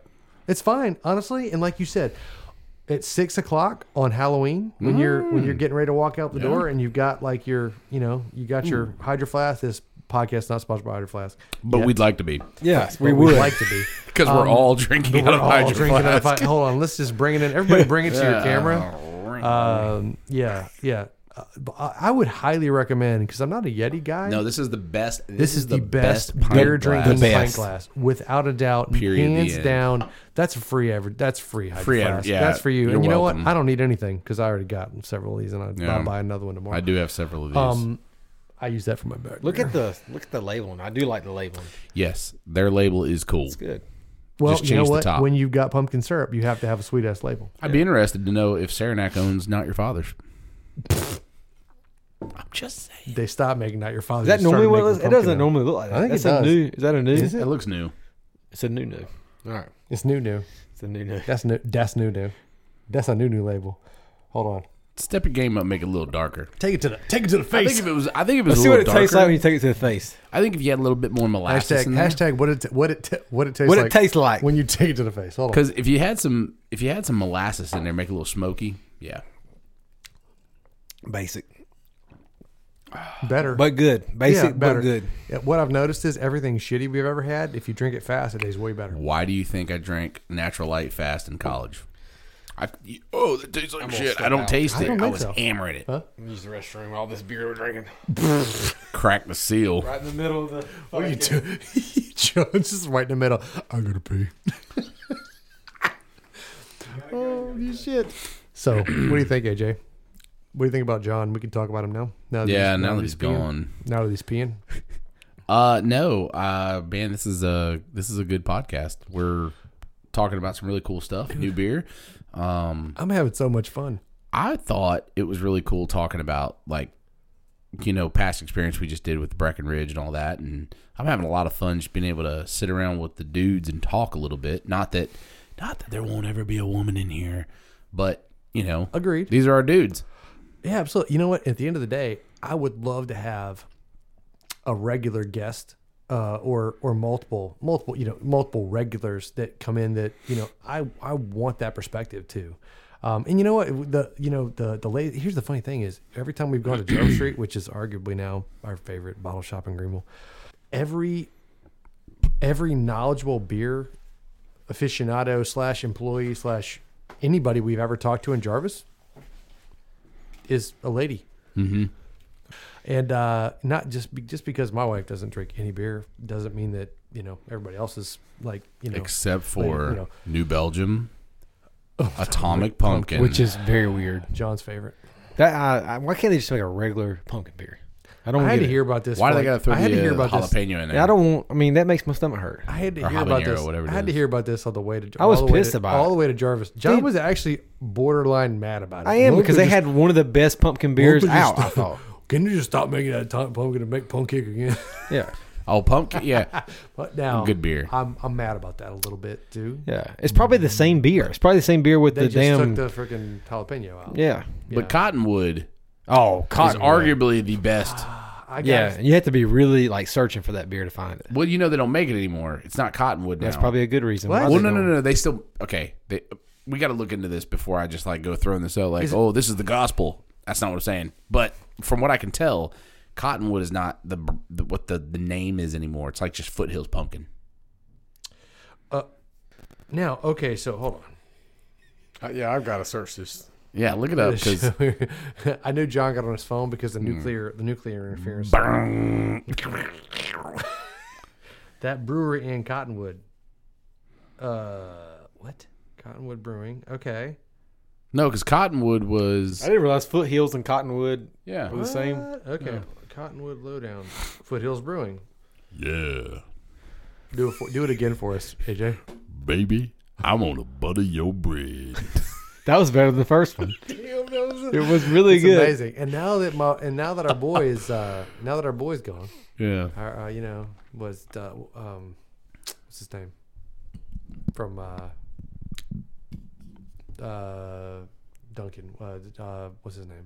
[SPEAKER 1] It's fine, honestly. And like you said, at six o'clock on Halloween, when you're when you're getting ready to walk out the door, and you've got like your, you know, you got your hydro flask. This podcast not sponsored by hydro flask.
[SPEAKER 2] But we'd like to be
[SPEAKER 3] Yes, we
[SPEAKER 1] but
[SPEAKER 3] would.
[SPEAKER 1] we'd like to be.
[SPEAKER 2] because we're all drinking out
[SPEAKER 1] We're
[SPEAKER 2] of
[SPEAKER 1] all
[SPEAKER 2] hydro
[SPEAKER 1] drinking out of
[SPEAKER 2] flask.
[SPEAKER 1] hy- Hold on, let's just bring it in. Everybody, bring it to your
[SPEAKER 2] [LAUGHS] Yeah. Oh,
[SPEAKER 1] camera.
[SPEAKER 2] Uh,
[SPEAKER 1] Um, yeah, yeah. Uh, but I I would highly recommend because I'm not a Yeti guy.
[SPEAKER 2] No, this is the best. This,
[SPEAKER 1] this, is, the, best,
[SPEAKER 2] pint
[SPEAKER 1] beer
[SPEAKER 2] glass.
[SPEAKER 1] drinking
[SPEAKER 3] The
[SPEAKER 1] pint
[SPEAKER 3] best.
[SPEAKER 1] glass, without a doubt,
[SPEAKER 2] Period, the
[SPEAKER 1] hands
[SPEAKER 2] end.
[SPEAKER 1] down. That's a free average. That's free. Hydro
[SPEAKER 2] Free
[SPEAKER 1] flask.
[SPEAKER 2] average, yeah,
[SPEAKER 1] that's for you.
[SPEAKER 2] you're
[SPEAKER 1] And you know what?
[SPEAKER 2] welcome.
[SPEAKER 1] I don't need anything because I already got several of these, and I'll
[SPEAKER 2] Yeah.
[SPEAKER 1] buy another one tomorrow.
[SPEAKER 2] I do have several of these.
[SPEAKER 1] Um, I use that for my back.
[SPEAKER 3] Look at the look at the labeling. I do like the labeling.
[SPEAKER 2] yes, their label is cool.
[SPEAKER 3] It's good.
[SPEAKER 1] well,
[SPEAKER 2] just
[SPEAKER 1] you know
[SPEAKER 2] change the
[SPEAKER 1] what?
[SPEAKER 2] top.
[SPEAKER 1] When you've got pumpkin syrup, you have to have a sweet ass label.
[SPEAKER 2] I'd be interested to know if Saranac owns Not Your Father's. I'm just saying.
[SPEAKER 1] They stopped making that your father.
[SPEAKER 3] Is that
[SPEAKER 1] just started
[SPEAKER 3] normally what
[SPEAKER 1] making
[SPEAKER 3] it is? It
[SPEAKER 1] pumpkin
[SPEAKER 3] doesn't
[SPEAKER 1] ale.
[SPEAKER 3] normally look like that.
[SPEAKER 1] I think
[SPEAKER 3] That's
[SPEAKER 1] it does.
[SPEAKER 3] a new. Is that a new?
[SPEAKER 2] It looks new.
[SPEAKER 3] It's a new new. All right.
[SPEAKER 1] It's new, new.
[SPEAKER 3] It's a new new.
[SPEAKER 1] That's new. That's new, new. That's a new, new label. Hold on.
[SPEAKER 2] Step your game up, make it a little darker.
[SPEAKER 4] Take it to the take it to the
[SPEAKER 2] I
[SPEAKER 4] face.
[SPEAKER 2] think if it was, I think if it was
[SPEAKER 3] Let's
[SPEAKER 2] a
[SPEAKER 3] see what
[SPEAKER 2] little
[SPEAKER 3] it
[SPEAKER 2] darker.
[SPEAKER 3] tastes like when you take it to the face.
[SPEAKER 2] I think if you had a little bit more molasses
[SPEAKER 1] Hashtag
[SPEAKER 2] in there,
[SPEAKER 1] hashtag what it t- what it t- what it tastes
[SPEAKER 3] What
[SPEAKER 1] like
[SPEAKER 3] it tastes like.
[SPEAKER 1] when you take it to the face. Hold on.
[SPEAKER 2] because if you had some, if you had some molasses in there, make it a little smoky. Yeah,
[SPEAKER 3] Basic,
[SPEAKER 1] Better.
[SPEAKER 3] but good. Basic, but good.
[SPEAKER 1] Yeah, what I've noticed is everything shitty we've ever had, if you drink it fast, it tastes way better.
[SPEAKER 4] Oh,
[SPEAKER 2] Why do you think I drank natural light fast in college? I, oh, that tastes like shit. I don't taste
[SPEAKER 1] I
[SPEAKER 2] it.
[SPEAKER 1] don't
[SPEAKER 2] I
[SPEAKER 1] think
[SPEAKER 2] was
[SPEAKER 1] so.
[SPEAKER 2] hammering it.
[SPEAKER 3] Use the restroom. All this beer we're drinking,
[SPEAKER 2] Crack the seal.
[SPEAKER 3] right in the middle of the.
[SPEAKER 1] What are you doing? [LAUGHS] Jones is right in the middle. I'm
[SPEAKER 4] [LAUGHS]
[SPEAKER 1] gonna pee. oh shit! So, what do you think, AJ? What do you think about John? We can talk about him now. Now, that
[SPEAKER 2] Yeah,
[SPEAKER 1] he's-
[SPEAKER 2] now that he's
[SPEAKER 1] peeing.
[SPEAKER 2] gone.
[SPEAKER 1] Now that he's peeing.
[SPEAKER 2] Uh, no, uh, man, this is a this is a good podcast. We're talking about some really cool stuff. New beer. Um,
[SPEAKER 1] I'm having so much fun.
[SPEAKER 2] I thought it was really cool talking about like you know past experience we just did with Breckenridge and all that, and I'm having a lot of fun just being able to sit around with the dudes and talk a little bit. Not that, not that there won't ever be a woman in here, but you know,
[SPEAKER 1] Agreed.
[SPEAKER 2] These are our dudes.
[SPEAKER 1] Yeah, absolutely. You know what? At the end of the day, I would love to have a regular guest uh, or or multiple multiple you know multiple regulars that come in that you know I I want that perspective too. Um, and you know what the you know the the lady here's the funny thing is every time we've gone to Joe Street, which is arguably now our favorite bottle shop in Greenville, every every knowledgeable beer aficionado slash employee slash anybody we've ever talked to in Jarvis is a lady. Mm-hmm. And uh, not just be, just because my wife doesn't drink any beer doesn't mean that you know everybody else is like you know
[SPEAKER 2] Except for
[SPEAKER 1] you know. Oh,
[SPEAKER 2] New Belgium,
[SPEAKER 1] [LAUGHS]
[SPEAKER 2] Atomic Pumpkin,
[SPEAKER 3] Which is very weird.
[SPEAKER 1] John's favorite.
[SPEAKER 3] That I, I, why can't they just make a regular pumpkin beer? I don't
[SPEAKER 1] I
[SPEAKER 3] want
[SPEAKER 1] had
[SPEAKER 3] to
[SPEAKER 1] to hear about this.
[SPEAKER 2] why do
[SPEAKER 1] for,
[SPEAKER 2] they got to
[SPEAKER 1] like-
[SPEAKER 2] throw
[SPEAKER 1] I had
[SPEAKER 2] the
[SPEAKER 1] to hear
[SPEAKER 2] uh,
[SPEAKER 1] about this.
[SPEAKER 2] jalapeno in there?
[SPEAKER 3] I don't want. I mean, that makes my stomach hurt.
[SPEAKER 1] I had to
[SPEAKER 2] or
[SPEAKER 1] hear about
[SPEAKER 2] habanero,
[SPEAKER 1] this.
[SPEAKER 2] whatever it
[SPEAKER 1] I had to
[SPEAKER 2] is.
[SPEAKER 1] hear about this all the way to.
[SPEAKER 3] I was
[SPEAKER 1] all the way
[SPEAKER 3] pissed
[SPEAKER 1] to-
[SPEAKER 3] about
[SPEAKER 1] all
[SPEAKER 3] it.
[SPEAKER 1] the way to Jarvis. John
[SPEAKER 3] Dude.
[SPEAKER 1] was actually borderline mad about it.
[SPEAKER 3] I am
[SPEAKER 1] Mostly
[SPEAKER 3] because they
[SPEAKER 1] just-
[SPEAKER 3] had one of the best pumpkin beers
[SPEAKER 1] mostly
[SPEAKER 3] out.
[SPEAKER 1] just- [LAUGHS]
[SPEAKER 3] I thought.
[SPEAKER 1] Can you just stop making that top pumpkin and make punk cake
[SPEAKER 3] [LAUGHS]
[SPEAKER 1] again?
[SPEAKER 3] Yeah,
[SPEAKER 2] Oh,
[SPEAKER 1] [LAUGHS]
[SPEAKER 2] pumpkin. Yeah,
[SPEAKER 1] but now
[SPEAKER 2] Good beer.
[SPEAKER 1] I'm I'm mad about that a little bit too.
[SPEAKER 3] yeah. It's probably the same beer. It's probably the same beer with
[SPEAKER 1] They
[SPEAKER 3] the
[SPEAKER 1] just
[SPEAKER 3] damn.
[SPEAKER 1] took the freaking jalapeno out. Yeah.
[SPEAKER 3] yeah.
[SPEAKER 2] but Cottonwood
[SPEAKER 3] Oh,
[SPEAKER 2] is
[SPEAKER 3] cotton.
[SPEAKER 2] arguably the best.
[SPEAKER 1] I got
[SPEAKER 3] Yeah, you have to be really like searching for that beer to find it.
[SPEAKER 2] Well, you know they don't make it anymore. It's not Cottonwood now.
[SPEAKER 3] That's probably a good reason.
[SPEAKER 1] What?
[SPEAKER 3] why
[SPEAKER 2] Well,
[SPEAKER 3] they
[SPEAKER 2] no, no,
[SPEAKER 3] don't.
[SPEAKER 2] no, no. They still okay. They we got to look into this before I just like go throwing this out. Like, oh, this is the gospel. That's not what I'm saying. But from what I can tell, Cottonwood is not the, the what the the name is anymore. It's like just Foothills Pumpkin.
[SPEAKER 1] Now, okay, so hold on.
[SPEAKER 4] Uh, yeah, I've got to search this.
[SPEAKER 2] Yeah, look it
[SPEAKER 3] Oh,
[SPEAKER 2] up because
[SPEAKER 1] [LAUGHS] I knew John got on his phone because the
[SPEAKER 3] Mm.
[SPEAKER 1] nuclear the nuclear interference. that brewery in Cottonwood. Uh, what? Cottonwood Brewing. Okay.
[SPEAKER 2] no, because
[SPEAKER 4] [LAUGHS]
[SPEAKER 2] Cottonwood
[SPEAKER 4] I
[SPEAKER 2] was
[SPEAKER 4] didn't realize Foothills and Cottonwood
[SPEAKER 2] yeah
[SPEAKER 4] were the same.
[SPEAKER 1] What? Okay. Cottonwood Lowdown. Foothills Brewing.
[SPEAKER 2] yeah
[SPEAKER 1] Do it for, do it again for us, AJ.
[SPEAKER 2] baby. I'm gonna butter your bread.
[SPEAKER 3] That was better than the first one.
[SPEAKER 1] [LAUGHS] Damn, that was
[SPEAKER 3] It was really
[SPEAKER 1] it's
[SPEAKER 3] good.
[SPEAKER 1] amazing. And now that my and now that our boy is uh now that our boy's gone,
[SPEAKER 2] Yeah,
[SPEAKER 1] our, uh, you know, was uh, um, what's his name from uh, uh, Duncan? Uh, uh, what's his name?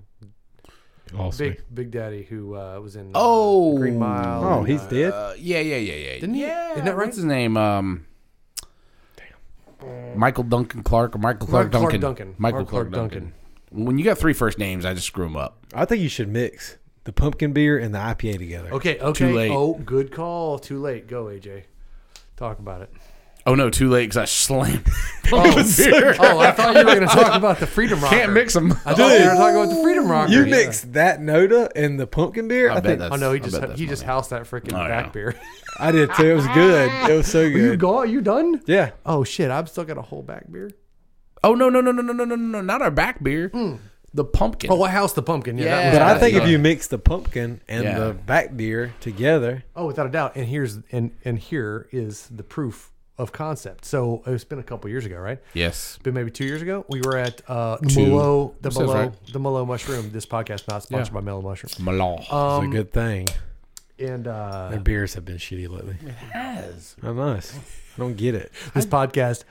[SPEAKER 1] Big Big Daddy, who uh, was in uh,
[SPEAKER 2] Oh.
[SPEAKER 1] Green Mile.
[SPEAKER 3] Oh,
[SPEAKER 1] and,
[SPEAKER 3] he's
[SPEAKER 1] uh,
[SPEAKER 3] dead.
[SPEAKER 2] uh, yeah, yeah, yeah, yeah.
[SPEAKER 1] Didn't he-
[SPEAKER 2] Yeah,
[SPEAKER 1] isn't that right?
[SPEAKER 2] What's his name? Um, Michael Duncan Clark or Michael Clark,
[SPEAKER 1] Clark
[SPEAKER 2] Duncan.
[SPEAKER 1] Duncan.
[SPEAKER 2] Michael
[SPEAKER 1] Mark
[SPEAKER 2] Clark,
[SPEAKER 1] Clark
[SPEAKER 2] Duncan. When you got three first names, I just screw them up.
[SPEAKER 3] I think you should mix the pumpkin beer and the IPA together.
[SPEAKER 1] Okay, okay.
[SPEAKER 2] late.
[SPEAKER 1] Oh, good call. Too late. Go, AJ. Talk about
[SPEAKER 2] [LAUGHS]
[SPEAKER 1] it.
[SPEAKER 2] Oh no, too late because I slammed. [LAUGHS]
[SPEAKER 1] Oh, I thought you were going to talk about the Freedom Rocker.
[SPEAKER 2] Can't mix them.
[SPEAKER 1] I thought you were talking about the Freedom Rocker.
[SPEAKER 3] You
[SPEAKER 1] Yeah.
[SPEAKER 3] mixed that Noda and the pumpkin beer. I,
[SPEAKER 2] bet
[SPEAKER 3] think
[SPEAKER 2] that's-
[SPEAKER 1] Oh no, he
[SPEAKER 2] I
[SPEAKER 1] just
[SPEAKER 2] bet that's
[SPEAKER 1] he just
[SPEAKER 2] money.
[SPEAKER 1] housed that freaking
[SPEAKER 2] Oh,
[SPEAKER 1] back
[SPEAKER 2] yeah.
[SPEAKER 1] beer.
[SPEAKER 3] I did too. It was good. It was so
[SPEAKER 1] [LAUGHS] you
[SPEAKER 3] good.
[SPEAKER 1] go. You done?
[SPEAKER 3] Yeah.
[SPEAKER 1] Oh shit! I've still got a whole back beer.
[SPEAKER 2] Oh no no no no no no no no! Not our back beer. The pumpkin.
[SPEAKER 1] Oh, I housed the pumpkin. Yeah. That was
[SPEAKER 3] But I
[SPEAKER 2] Yeah.
[SPEAKER 3] think if
[SPEAKER 2] Yeah.
[SPEAKER 3] you mix the pumpkin and
[SPEAKER 2] Yeah.
[SPEAKER 3] the back beer together,
[SPEAKER 1] Oh, without a doubt. And here's and and here is the proof of concept. So it's been a couple years ago, right?
[SPEAKER 2] yes.
[SPEAKER 1] It's been maybe two years ago. We were at uh, Malo, the
[SPEAKER 2] Sounds
[SPEAKER 1] Malo,
[SPEAKER 2] right.
[SPEAKER 1] the Malo Mushroom. This podcast not sponsored by Malo Mushroom.
[SPEAKER 2] Malon.
[SPEAKER 3] it's a good thing.
[SPEAKER 1] And uh,
[SPEAKER 3] Their beers have been shitty lately. It has. I must. I don't get it.
[SPEAKER 1] this podcast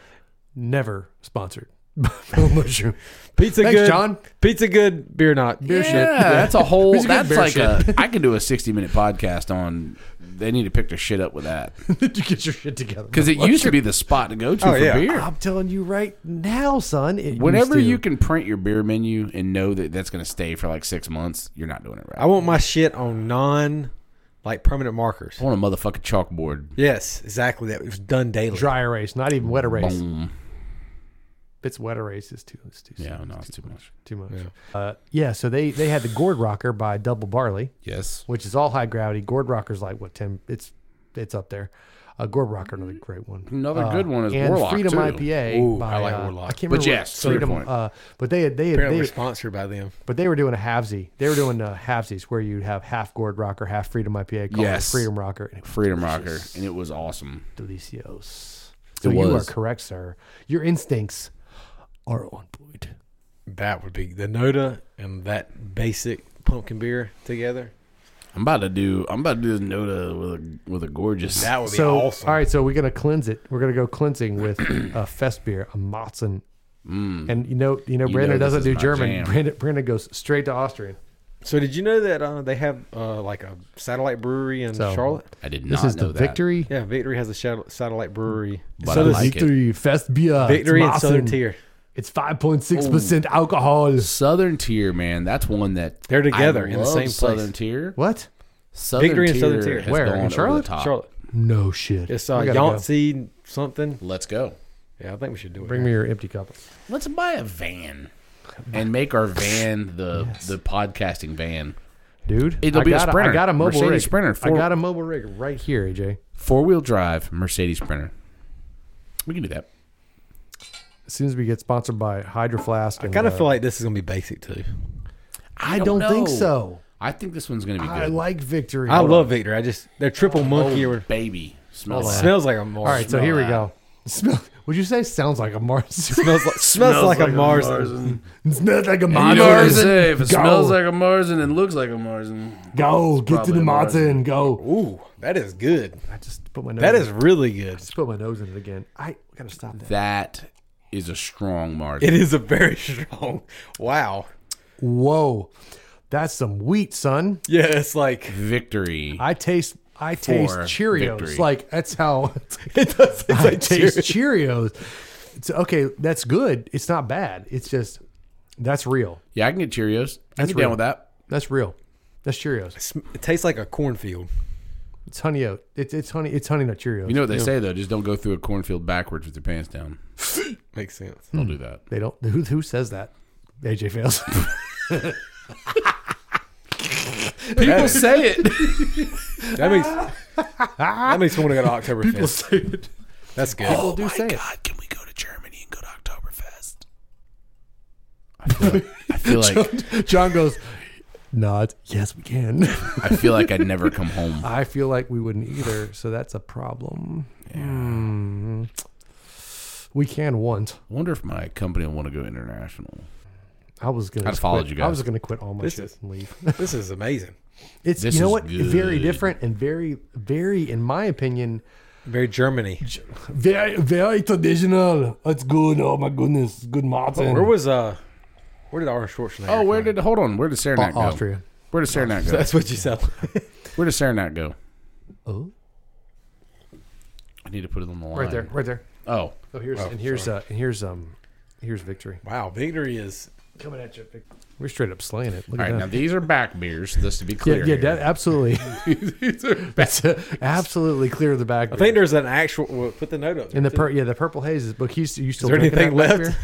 [SPEAKER 1] never sponsored [LAUGHS] Bell mushroom. [LAUGHS]
[SPEAKER 3] Pizza
[SPEAKER 1] Thanks,
[SPEAKER 3] good.
[SPEAKER 1] John.
[SPEAKER 3] Pizza good. Beer not.
[SPEAKER 1] Beer
[SPEAKER 2] yeah,
[SPEAKER 1] shit.
[SPEAKER 2] that's [LAUGHS]
[SPEAKER 3] [LAUGHS]
[SPEAKER 2] a whole.
[SPEAKER 1] He's a good
[SPEAKER 2] That's
[SPEAKER 1] bear
[SPEAKER 2] like
[SPEAKER 1] shit.
[SPEAKER 2] a. [LAUGHS] I could do a sixty-minute podcast on. They need to pick their shit up with that
[SPEAKER 1] Did you get your shit together?
[SPEAKER 2] because it used to be the spot to go to
[SPEAKER 3] Oh,
[SPEAKER 2] for
[SPEAKER 3] yeah.
[SPEAKER 2] beer.
[SPEAKER 1] I'm telling you right now, son. It
[SPEAKER 2] Whenever
[SPEAKER 1] used to.
[SPEAKER 2] you can print your beer menu and know that that's going to stay for like six months, you're not doing it right.
[SPEAKER 3] I want my shit on non, like permanent markers.
[SPEAKER 2] I want a motherfucking chalkboard.
[SPEAKER 3] Yes, exactly. That it was done daily.
[SPEAKER 1] dry erase, not even wet erase.
[SPEAKER 2] Boom.
[SPEAKER 1] If it's wet erase, it's too, it's too,
[SPEAKER 2] Yeah, no, it's too much.
[SPEAKER 1] too much. Yeah. Uh, yeah. So they they had the gourd rocker by Double Barley,
[SPEAKER 2] Yes.
[SPEAKER 1] which is all high gravity. Gourd rocker's like what ten? It's it's up there. Uh, gourd rocker, another great one.
[SPEAKER 2] Another
[SPEAKER 1] Uh,
[SPEAKER 2] good one is
[SPEAKER 1] and
[SPEAKER 2] Warlock
[SPEAKER 1] Freedom
[SPEAKER 2] too.
[SPEAKER 1] IPA.
[SPEAKER 4] Ooh,
[SPEAKER 1] by,
[SPEAKER 4] I like
[SPEAKER 1] uh,
[SPEAKER 4] Warlock.
[SPEAKER 1] I can't
[SPEAKER 2] But
[SPEAKER 1] remember.
[SPEAKER 2] yes,
[SPEAKER 1] what
[SPEAKER 2] to your
[SPEAKER 1] Freedom.
[SPEAKER 2] point.
[SPEAKER 1] Uh, but they had they had
[SPEAKER 4] Apparently,
[SPEAKER 1] they,
[SPEAKER 4] we're sponsored by them.
[SPEAKER 1] but they were doing a halvesy. They were doing a halvesies where you'd have half gourd rocker, half Freedom IPA, called
[SPEAKER 2] Yes.
[SPEAKER 1] Freedom Rocker, and it was
[SPEAKER 2] Freedom Rocker, and it was awesome.
[SPEAKER 1] delicious. So
[SPEAKER 2] It
[SPEAKER 1] you are
[SPEAKER 2] was.
[SPEAKER 1] correct, sir. Your instincts are on point.
[SPEAKER 4] That would be the Noda and that basic pumpkin beer together.
[SPEAKER 2] I'm about to do. I'm about to do this Noda with a with a gorgeous.
[SPEAKER 4] That would be
[SPEAKER 1] so
[SPEAKER 4] awesome.
[SPEAKER 1] all right, so we're gonna cleanse it. We're gonna go cleansing
[SPEAKER 2] [CLEARS THROAT]
[SPEAKER 1] with a fest beer, a Motsen,
[SPEAKER 2] Mm.
[SPEAKER 1] and you know, you know,
[SPEAKER 2] You
[SPEAKER 1] Brandon
[SPEAKER 2] know this
[SPEAKER 1] doesn't do
[SPEAKER 2] is my
[SPEAKER 1] German.
[SPEAKER 2] jam.
[SPEAKER 1] Brandon, Brandon goes straight to Austrian.
[SPEAKER 3] So did you know that uh, they have uh, like a satellite brewery in
[SPEAKER 1] So-
[SPEAKER 3] Charlotte?
[SPEAKER 2] I did not
[SPEAKER 1] This is
[SPEAKER 2] know
[SPEAKER 1] the
[SPEAKER 2] that.
[SPEAKER 1] victory.
[SPEAKER 3] Yeah, Victory has a shadow- satellite brewery.
[SPEAKER 2] But
[SPEAKER 3] so
[SPEAKER 2] I
[SPEAKER 3] does
[SPEAKER 2] like it.
[SPEAKER 1] victory fest beer.
[SPEAKER 3] Victory
[SPEAKER 1] it's
[SPEAKER 3] and Southern
[SPEAKER 1] Märzen.
[SPEAKER 3] Tier.
[SPEAKER 1] It's five point six percent alcohol.
[SPEAKER 2] Southern Tier, man. That's one that
[SPEAKER 3] They're together
[SPEAKER 2] I
[SPEAKER 3] in the
[SPEAKER 2] love
[SPEAKER 3] same place.
[SPEAKER 2] Southern Tier.
[SPEAKER 1] What?
[SPEAKER 2] Southern
[SPEAKER 3] Victory
[SPEAKER 2] Tier
[SPEAKER 3] and Southern Tier.
[SPEAKER 2] has
[SPEAKER 1] Where?
[SPEAKER 2] gone
[SPEAKER 1] In
[SPEAKER 2] over the
[SPEAKER 1] Charlotte?
[SPEAKER 2] top.
[SPEAKER 3] Charlotte.
[SPEAKER 1] No shit.
[SPEAKER 3] It's uh,
[SPEAKER 1] We gotta go.
[SPEAKER 3] Yahtzee something.
[SPEAKER 2] Let's go.
[SPEAKER 3] Yeah, I think we should do it.
[SPEAKER 1] Bring me your empty cup.
[SPEAKER 2] Let's buy a van and make our van the the podcasting van.
[SPEAKER 1] Dude,
[SPEAKER 2] It'll
[SPEAKER 1] I
[SPEAKER 2] be a
[SPEAKER 1] got
[SPEAKER 2] Sprinter.
[SPEAKER 1] I got a mobile
[SPEAKER 2] Mercedes
[SPEAKER 1] rig.
[SPEAKER 2] Sprinter,
[SPEAKER 1] I
[SPEAKER 2] four-
[SPEAKER 1] got a mobile rig right here, AJ.
[SPEAKER 2] Four wheel drive Mercedes Sprinter. We can do that.
[SPEAKER 1] As soon as we get sponsored by Hydro Flask,
[SPEAKER 3] I
[SPEAKER 1] and,
[SPEAKER 3] kind
[SPEAKER 1] uh,
[SPEAKER 3] of feel like this is gonna be basic too.
[SPEAKER 1] I don't think
[SPEAKER 2] know.
[SPEAKER 1] so.
[SPEAKER 2] I think this one's gonna be good.
[SPEAKER 1] I like victory.
[SPEAKER 3] I love Victory. I just they're triple monkey
[SPEAKER 2] oh,
[SPEAKER 3] or
[SPEAKER 2] baby.
[SPEAKER 1] Hold
[SPEAKER 2] Smells like
[SPEAKER 1] on.
[SPEAKER 3] smells like a Mars.
[SPEAKER 1] All right, so
[SPEAKER 2] Smell
[SPEAKER 1] here we
[SPEAKER 2] that.
[SPEAKER 1] go. [LAUGHS] Smell. Would you say sounds like a [LAUGHS] Mars?
[SPEAKER 3] [LAUGHS] smells like smells, like, a Mars.
[SPEAKER 1] smells like a
[SPEAKER 2] You
[SPEAKER 1] Mars.
[SPEAKER 2] know what they say, if it
[SPEAKER 1] Go.
[SPEAKER 2] smells like a Marzen and looks like a Marzen.
[SPEAKER 1] Go get to the
[SPEAKER 2] probably Mars.
[SPEAKER 1] matzah and go.
[SPEAKER 3] Ooh, that is good.
[SPEAKER 1] I just put my nose.
[SPEAKER 3] That
[SPEAKER 1] in
[SPEAKER 3] is really good.
[SPEAKER 1] Just put my nose in it again. I gotta stop that.
[SPEAKER 2] That is a strong Marzen.
[SPEAKER 3] It is a very [LAUGHS] strong. Wow.
[SPEAKER 1] Whoa, that's some wheat, son.
[SPEAKER 3] Yeah, it's like
[SPEAKER 2] Victory.
[SPEAKER 1] I taste. I taste Cheerios.
[SPEAKER 2] victory.
[SPEAKER 1] Like that's how [LAUGHS]
[SPEAKER 3] it does. It's
[SPEAKER 1] I
[SPEAKER 3] like
[SPEAKER 1] taste
[SPEAKER 3] cheers.
[SPEAKER 1] Cheerios. It's, okay, that's good. It's not bad. It's just that's real.
[SPEAKER 2] Yeah, I can get Cheerios. I can
[SPEAKER 1] That's
[SPEAKER 2] get
[SPEAKER 1] real.
[SPEAKER 2] down with that.
[SPEAKER 1] That's real. That's Cheerios.
[SPEAKER 3] It tastes like a cornfield.
[SPEAKER 1] It's honey oat. It's it's honey. It's honey nut Cheerios.
[SPEAKER 2] You know what they say though, just don't go through a cornfield backwards with your pants down.
[SPEAKER 3] Makes sense.
[SPEAKER 2] Don't do that.
[SPEAKER 1] They don't. Who, who says that? AJ fails.
[SPEAKER 2] People say it.
[SPEAKER 3] [LAUGHS] That makes that makes me want to go to Oktoberfest.
[SPEAKER 1] say [LAUGHS] it.
[SPEAKER 3] That's good.
[SPEAKER 1] People do say it.
[SPEAKER 2] God, can we go to Germany and go to Oktoberfest? I feel like I
[SPEAKER 1] [LAUGHS]
[SPEAKER 2] feel like,
[SPEAKER 1] John goes, nods. Yes, we can.
[SPEAKER 2] I feel like I'd never come home.
[SPEAKER 1] I feel like we wouldn't either, so that's a problem. Hmm. We can once.
[SPEAKER 2] I wonder if my company will want to go international.
[SPEAKER 1] I was gonna.
[SPEAKER 2] I'd
[SPEAKER 1] just
[SPEAKER 2] followed
[SPEAKER 1] quit-
[SPEAKER 2] you guys.
[SPEAKER 1] I was gonna quit all my
[SPEAKER 3] This
[SPEAKER 1] shit
[SPEAKER 3] is-
[SPEAKER 1] and leave. [LAUGHS]
[SPEAKER 3] This is amazing.
[SPEAKER 1] It's
[SPEAKER 2] This
[SPEAKER 1] you know
[SPEAKER 2] is
[SPEAKER 1] what, very
[SPEAKER 2] good.
[SPEAKER 1] different and very, very, in my opinion,
[SPEAKER 3] Very Germany.
[SPEAKER 1] very, very traditional. It's good. Oh my goodness, good Martin.
[SPEAKER 3] Where was uh? Where did Arnold Schwarzenegger?
[SPEAKER 2] Oh, where
[SPEAKER 3] come
[SPEAKER 2] did hold on? Where did Saranac go?
[SPEAKER 1] Oh, Austria?
[SPEAKER 2] Where did Saranac
[SPEAKER 1] [LAUGHS]
[SPEAKER 3] from?
[SPEAKER 2] go?
[SPEAKER 3] That's what you said.
[SPEAKER 2] Where did Saranac go?
[SPEAKER 1] Oh,
[SPEAKER 2] I need to put it on the line.
[SPEAKER 1] right there, right there.
[SPEAKER 2] Oh,
[SPEAKER 1] Oh, here's and here's uh, and here's um, here's victory
[SPEAKER 3] Wow, Victory is
[SPEAKER 1] coming at you. We're straight up slaying it. Look
[SPEAKER 2] all
[SPEAKER 1] at
[SPEAKER 2] right. Now
[SPEAKER 1] that.
[SPEAKER 2] these are back beers. Just to be
[SPEAKER 1] Yeah,
[SPEAKER 2] clear.
[SPEAKER 1] yeah,
[SPEAKER 2] here.
[SPEAKER 1] that,
[SPEAKER 2] [LAUGHS]
[SPEAKER 1] absolutely. [LAUGHS] That's uh, absolutely clear of the back.
[SPEAKER 3] I think there's an actual. Well, put the note up.
[SPEAKER 1] in the per, yeah, the purple haze is. But you s- you still
[SPEAKER 3] there
[SPEAKER 1] drinking
[SPEAKER 3] anything
[SPEAKER 1] that back
[SPEAKER 3] left?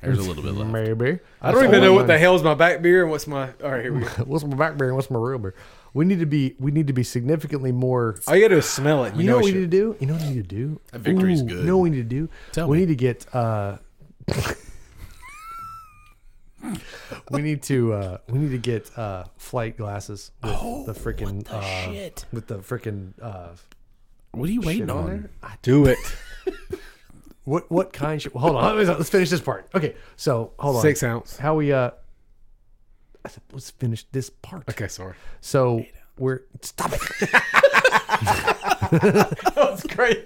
[SPEAKER 2] There's a little bit
[SPEAKER 1] beer?
[SPEAKER 2] left.
[SPEAKER 1] Maybe.
[SPEAKER 3] I don't even know what the hell's my back beer and what's my. All right, here we go.
[SPEAKER 1] What's my back beer? and What's my real beer? We need to be. We need to be significantly more.
[SPEAKER 3] All you gotta do is smell it.
[SPEAKER 1] You know what we need to do? You know what we need to do?
[SPEAKER 2] That victory's
[SPEAKER 1] Ooh,
[SPEAKER 2] good.
[SPEAKER 1] You know what we need to do?
[SPEAKER 2] Tell
[SPEAKER 1] we
[SPEAKER 2] me.
[SPEAKER 1] need to get uh [LAUGHS] We need to uh we need to get uh flight glasses with the freaking uh with the freaking uh
[SPEAKER 2] What are you waiting
[SPEAKER 1] shit on
[SPEAKER 2] on?
[SPEAKER 1] there.
[SPEAKER 3] do it.
[SPEAKER 1] What what kind should hold on, let's finish this part. Okay, so hold on.
[SPEAKER 3] Six ounce.
[SPEAKER 1] How we uh let's finish this part.
[SPEAKER 3] Okay, sorry.
[SPEAKER 1] So we're stop it.
[SPEAKER 3] That was great.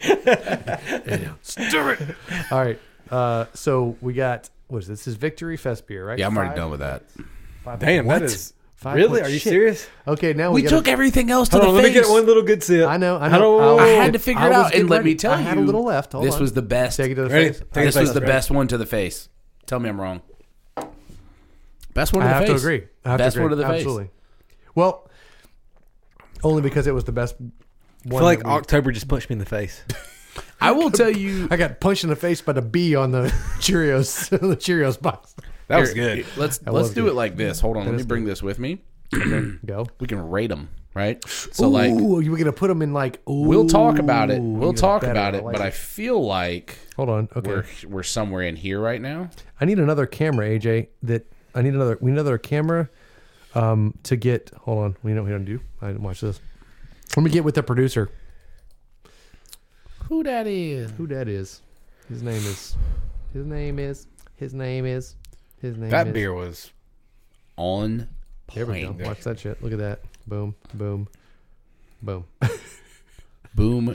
[SPEAKER 1] All right. Uh, so we got what is this? this is Victory Fest beer, right?
[SPEAKER 2] Yeah, I'm already
[SPEAKER 1] Five-
[SPEAKER 2] done with that.
[SPEAKER 1] five-
[SPEAKER 4] Damn,
[SPEAKER 1] what?
[SPEAKER 4] that is.
[SPEAKER 1] Five
[SPEAKER 3] really?
[SPEAKER 1] point-
[SPEAKER 3] Are you
[SPEAKER 1] shit.
[SPEAKER 3] serious?
[SPEAKER 1] Okay, now
[SPEAKER 2] We,
[SPEAKER 1] we, gotta-
[SPEAKER 2] took everything else to
[SPEAKER 3] Hold
[SPEAKER 2] the
[SPEAKER 3] on, let me
[SPEAKER 2] face.
[SPEAKER 3] get one little good sip.
[SPEAKER 1] I know. I
[SPEAKER 3] I
[SPEAKER 1] know.
[SPEAKER 3] don't-
[SPEAKER 1] I'll-
[SPEAKER 2] I had to
[SPEAKER 1] I
[SPEAKER 2] figure it
[SPEAKER 1] was
[SPEAKER 2] out, and
[SPEAKER 1] getting
[SPEAKER 2] let
[SPEAKER 1] ready.
[SPEAKER 2] me tell
[SPEAKER 1] I
[SPEAKER 2] you,
[SPEAKER 1] had a little left. Hold
[SPEAKER 2] this
[SPEAKER 1] on.
[SPEAKER 2] was the best.
[SPEAKER 1] Take it to the
[SPEAKER 4] Ready?
[SPEAKER 1] face.
[SPEAKER 4] Take
[SPEAKER 1] I-
[SPEAKER 4] it
[SPEAKER 2] This
[SPEAKER 4] to
[SPEAKER 2] was the
[SPEAKER 4] Ready?
[SPEAKER 2] best one to the face. Tell me I'm wrong. Best one
[SPEAKER 1] I
[SPEAKER 2] to the
[SPEAKER 1] have
[SPEAKER 2] face.
[SPEAKER 1] to agree. I have
[SPEAKER 2] Best
[SPEAKER 1] to agree.
[SPEAKER 2] one to the face.
[SPEAKER 1] Absolutely. Well, only because it was the best. One
[SPEAKER 3] I feel like
[SPEAKER 1] that we-
[SPEAKER 3] October just punched me in the face.
[SPEAKER 2] I will tell you.
[SPEAKER 1] I got punched in the face by the bee on
[SPEAKER 2] [LAUGHS]
[SPEAKER 1] the Cheerios, [LAUGHS] the Cheerios box.
[SPEAKER 4] [LAUGHS] That was
[SPEAKER 2] Here,
[SPEAKER 4] good.
[SPEAKER 2] Let's
[SPEAKER 1] was
[SPEAKER 2] let's do
[SPEAKER 1] good.
[SPEAKER 2] it like this. Hold on, let me
[SPEAKER 1] is
[SPEAKER 2] bring this
[SPEAKER 1] [CLEARS THROAT]
[SPEAKER 2] with me.
[SPEAKER 1] Go.
[SPEAKER 2] We can rate them, right? So like,
[SPEAKER 1] ooh, you were gonna put them in like. Ooh,
[SPEAKER 2] we'll talk about
[SPEAKER 1] you
[SPEAKER 2] it. We'll
[SPEAKER 1] got
[SPEAKER 2] talk
[SPEAKER 1] better.
[SPEAKER 2] about it.
[SPEAKER 1] like
[SPEAKER 2] But I feel like
[SPEAKER 1] hold on. Okay,
[SPEAKER 2] we're we're somewhere in here right now.
[SPEAKER 1] I need another camera, AJ. That I need another. We need another camera. Um, to get hold on. We know what we don't do. I didn't watch this. Let me get with the producer.
[SPEAKER 2] Who that is?
[SPEAKER 1] Who that is? His name is. His name is. His name is. His name.
[SPEAKER 4] That
[SPEAKER 1] is.
[SPEAKER 4] beer was.
[SPEAKER 2] On
[SPEAKER 1] There we go.
[SPEAKER 2] point.
[SPEAKER 1] Watch that shit. Look at that. Boom. Boom. [LAUGHS] Boom.
[SPEAKER 2] Boom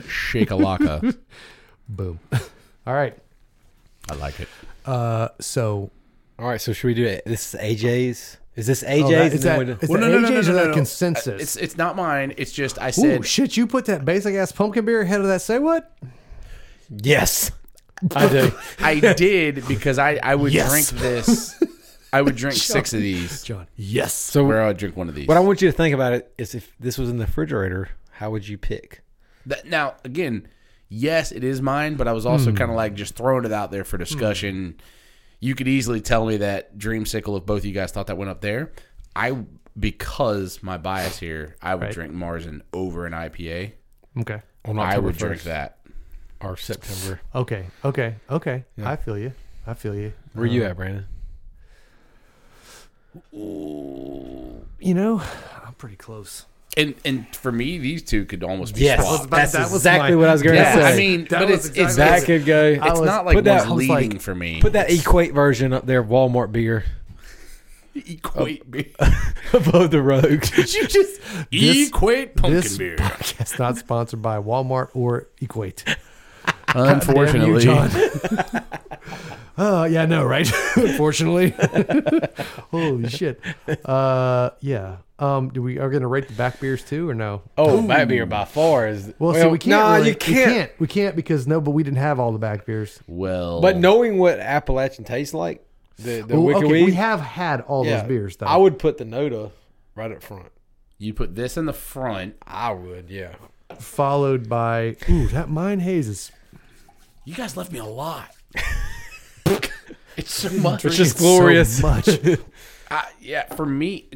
[SPEAKER 1] [LAUGHS]
[SPEAKER 2] shakalaka.
[SPEAKER 1] Boom. All right.
[SPEAKER 2] I like it.
[SPEAKER 1] Uh. So
[SPEAKER 3] All right, so should we do it? This is AJ's. Is this AJ's?
[SPEAKER 1] Oh, that,
[SPEAKER 3] And
[SPEAKER 1] is that,
[SPEAKER 3] then we do-
[SPEAKER 1] is that AJ's or that consensus?
[SPEAKER 2] It's it's not mine. It's just I
[SPEAKER 1] Ooh,
[SPEAKER 2] said
[SPEAKER 1] shit! You put that basic ass pumpkin beer ahead of that. Say what?
[SPEAKER 3] yes.
[SPEAKER 4] I did.
[SPEAKER 2] I did because I I would
[SPEAKER 1] Yes.
[SPEAKER 2] drink this. I would
[SPEAKER 3] [LAUGHS]
[SPEAKER 2] drink six of these.
[SPEAKER 1] John. Yes.
[SPEAKER 3] So
[SPEAKER 2] Where I would drink one of these.
[SPEAKER 3] what I want you to think about it is if this was in the refrigerator, how would you pick?
[SPEAKER 2] That, now, again, yes, it is mine, but I was
[SPEAKER 3] Hmm.
[SPEAKER 2] also kind of like just throwing it out there for discussion. You could easily tell me that dreamsicle if both of you guys thought that went up there. I because my bias here, I would drink Marzen over an IPA.
[SPEAKER 1] Okay.
[SPEAKER 4] On
[SPEAKER 2] I
[SPEAKER 4] October
[SPEAKER 2] would
[SPEAKER 4] 1st,
[SPEAKER 2] drink that.
[SPEAKER 4] Or September.
[SPEAKER 1] Okay. Okay. Okay. I feel you. I feel you.
[SPEAKER 4] Where you at, Brandon?
[SPEAKER 1] You know, I'm pretty close.
[SPEAKER 2] And and for me, these two could almost be
[SPEAKER 3] Yes,
[SPEAKER 2] swapped.
[SPEAKER 3] that's
[SPEAKER 1] that was
[SPEAKER 3] exactly
[SPEAKER 1] my-
[SPEAKER 3] what I was going to
[SPEAKER 2] Yeah,
[SPEAKER 3] say.
[SPEAKER 2] I mean,
[SPEAKER 1] That
[SPEAKER 2] but
[SPEAKER 1] was
[SPEAKER 2] it's it's,
[SPEAKER 4] [LAUGHS] That
[SPEAKER 1] exactly-
[SPEAKER 2] it's,
[SPEAKER 4] could go.
[SPEAKER 1] I
[SPEAKER 2] it's
[SPEAKER 1] was-
[SPEAKER 2] not like
[SPEAKER 1] put
[SPEAKER 2] one's
[SPEAKER 1] that- I was
[SPEAKER 2] leading
[SPEAKER 1] like-
[SPEAKER 2] for me.
[SPEAKER 3] Put that equate version up there, of Walmart beer [LAUGHS]
[SPEAKER 2] equate [LAUGHS] beer.
[SPEAKER 3] above the rogues.
[SPEAKER 2] Did you just
[SPEAKER 1] [LAUGHS] This-
[SPEAKER 2] equate pumpkin
[SPEAKER 1] this
[SPEAKER 2] beer?
[SPEAKER 1] It's not sponsored by Walmart or [LAUGHS] Equate. Damn you,
[SPEAKER 2] Unfortunately,
[SPEAKER 1] John. [LAUGHS] Oh yeah, no, right? [LAUGHS] Fortunately. [LAUGHS] Holy shit. Uh, yeah. Um, do we are we gonna rate the back beers too or no?
[SPEAKER 4] Oh, that beer by far is.
[SPEAKER 1] Well, see, we can't.
[SPEAKER 3] nah,
[SPEAKER 1] really-
[SPEAKER 3] you can't.
[SPEAKER 1] We can't. We can't because no, but we didn't have all the back beers.
[SPEAKER 2] well,
[SPEAKER 4] But knowing what Appalachian tastes like, the, the
[SPEAKER 1] Well,
[SPEAKER 4] Wicked
[SPEAKER 1] okay,
[SPEAKER 4] Weed,
[SPEAKER 1] we have had all
[SPEAKER 4] yeah,
[SPEAKER 1] those beers though.
[SPEAKER 4] I would put the Noda right up front.
[SPEAKER 2] You put this in the front.
[SPEAKER 4] I would, yeah.
[SPEAKER 1] followed by ooh, that mine haze is
[SPEAKER 2] You guys left me
[SPEAKER 1] [LAUGHS]
[SPEAKER 2] a lot. it's so much.
[SPEAKER 4] It's just
[SPEAKER 1] so
[SPEAKER 4] glorious.
[SPEAKER 1] much,
[SPEAKER 2] I- yeah, for me,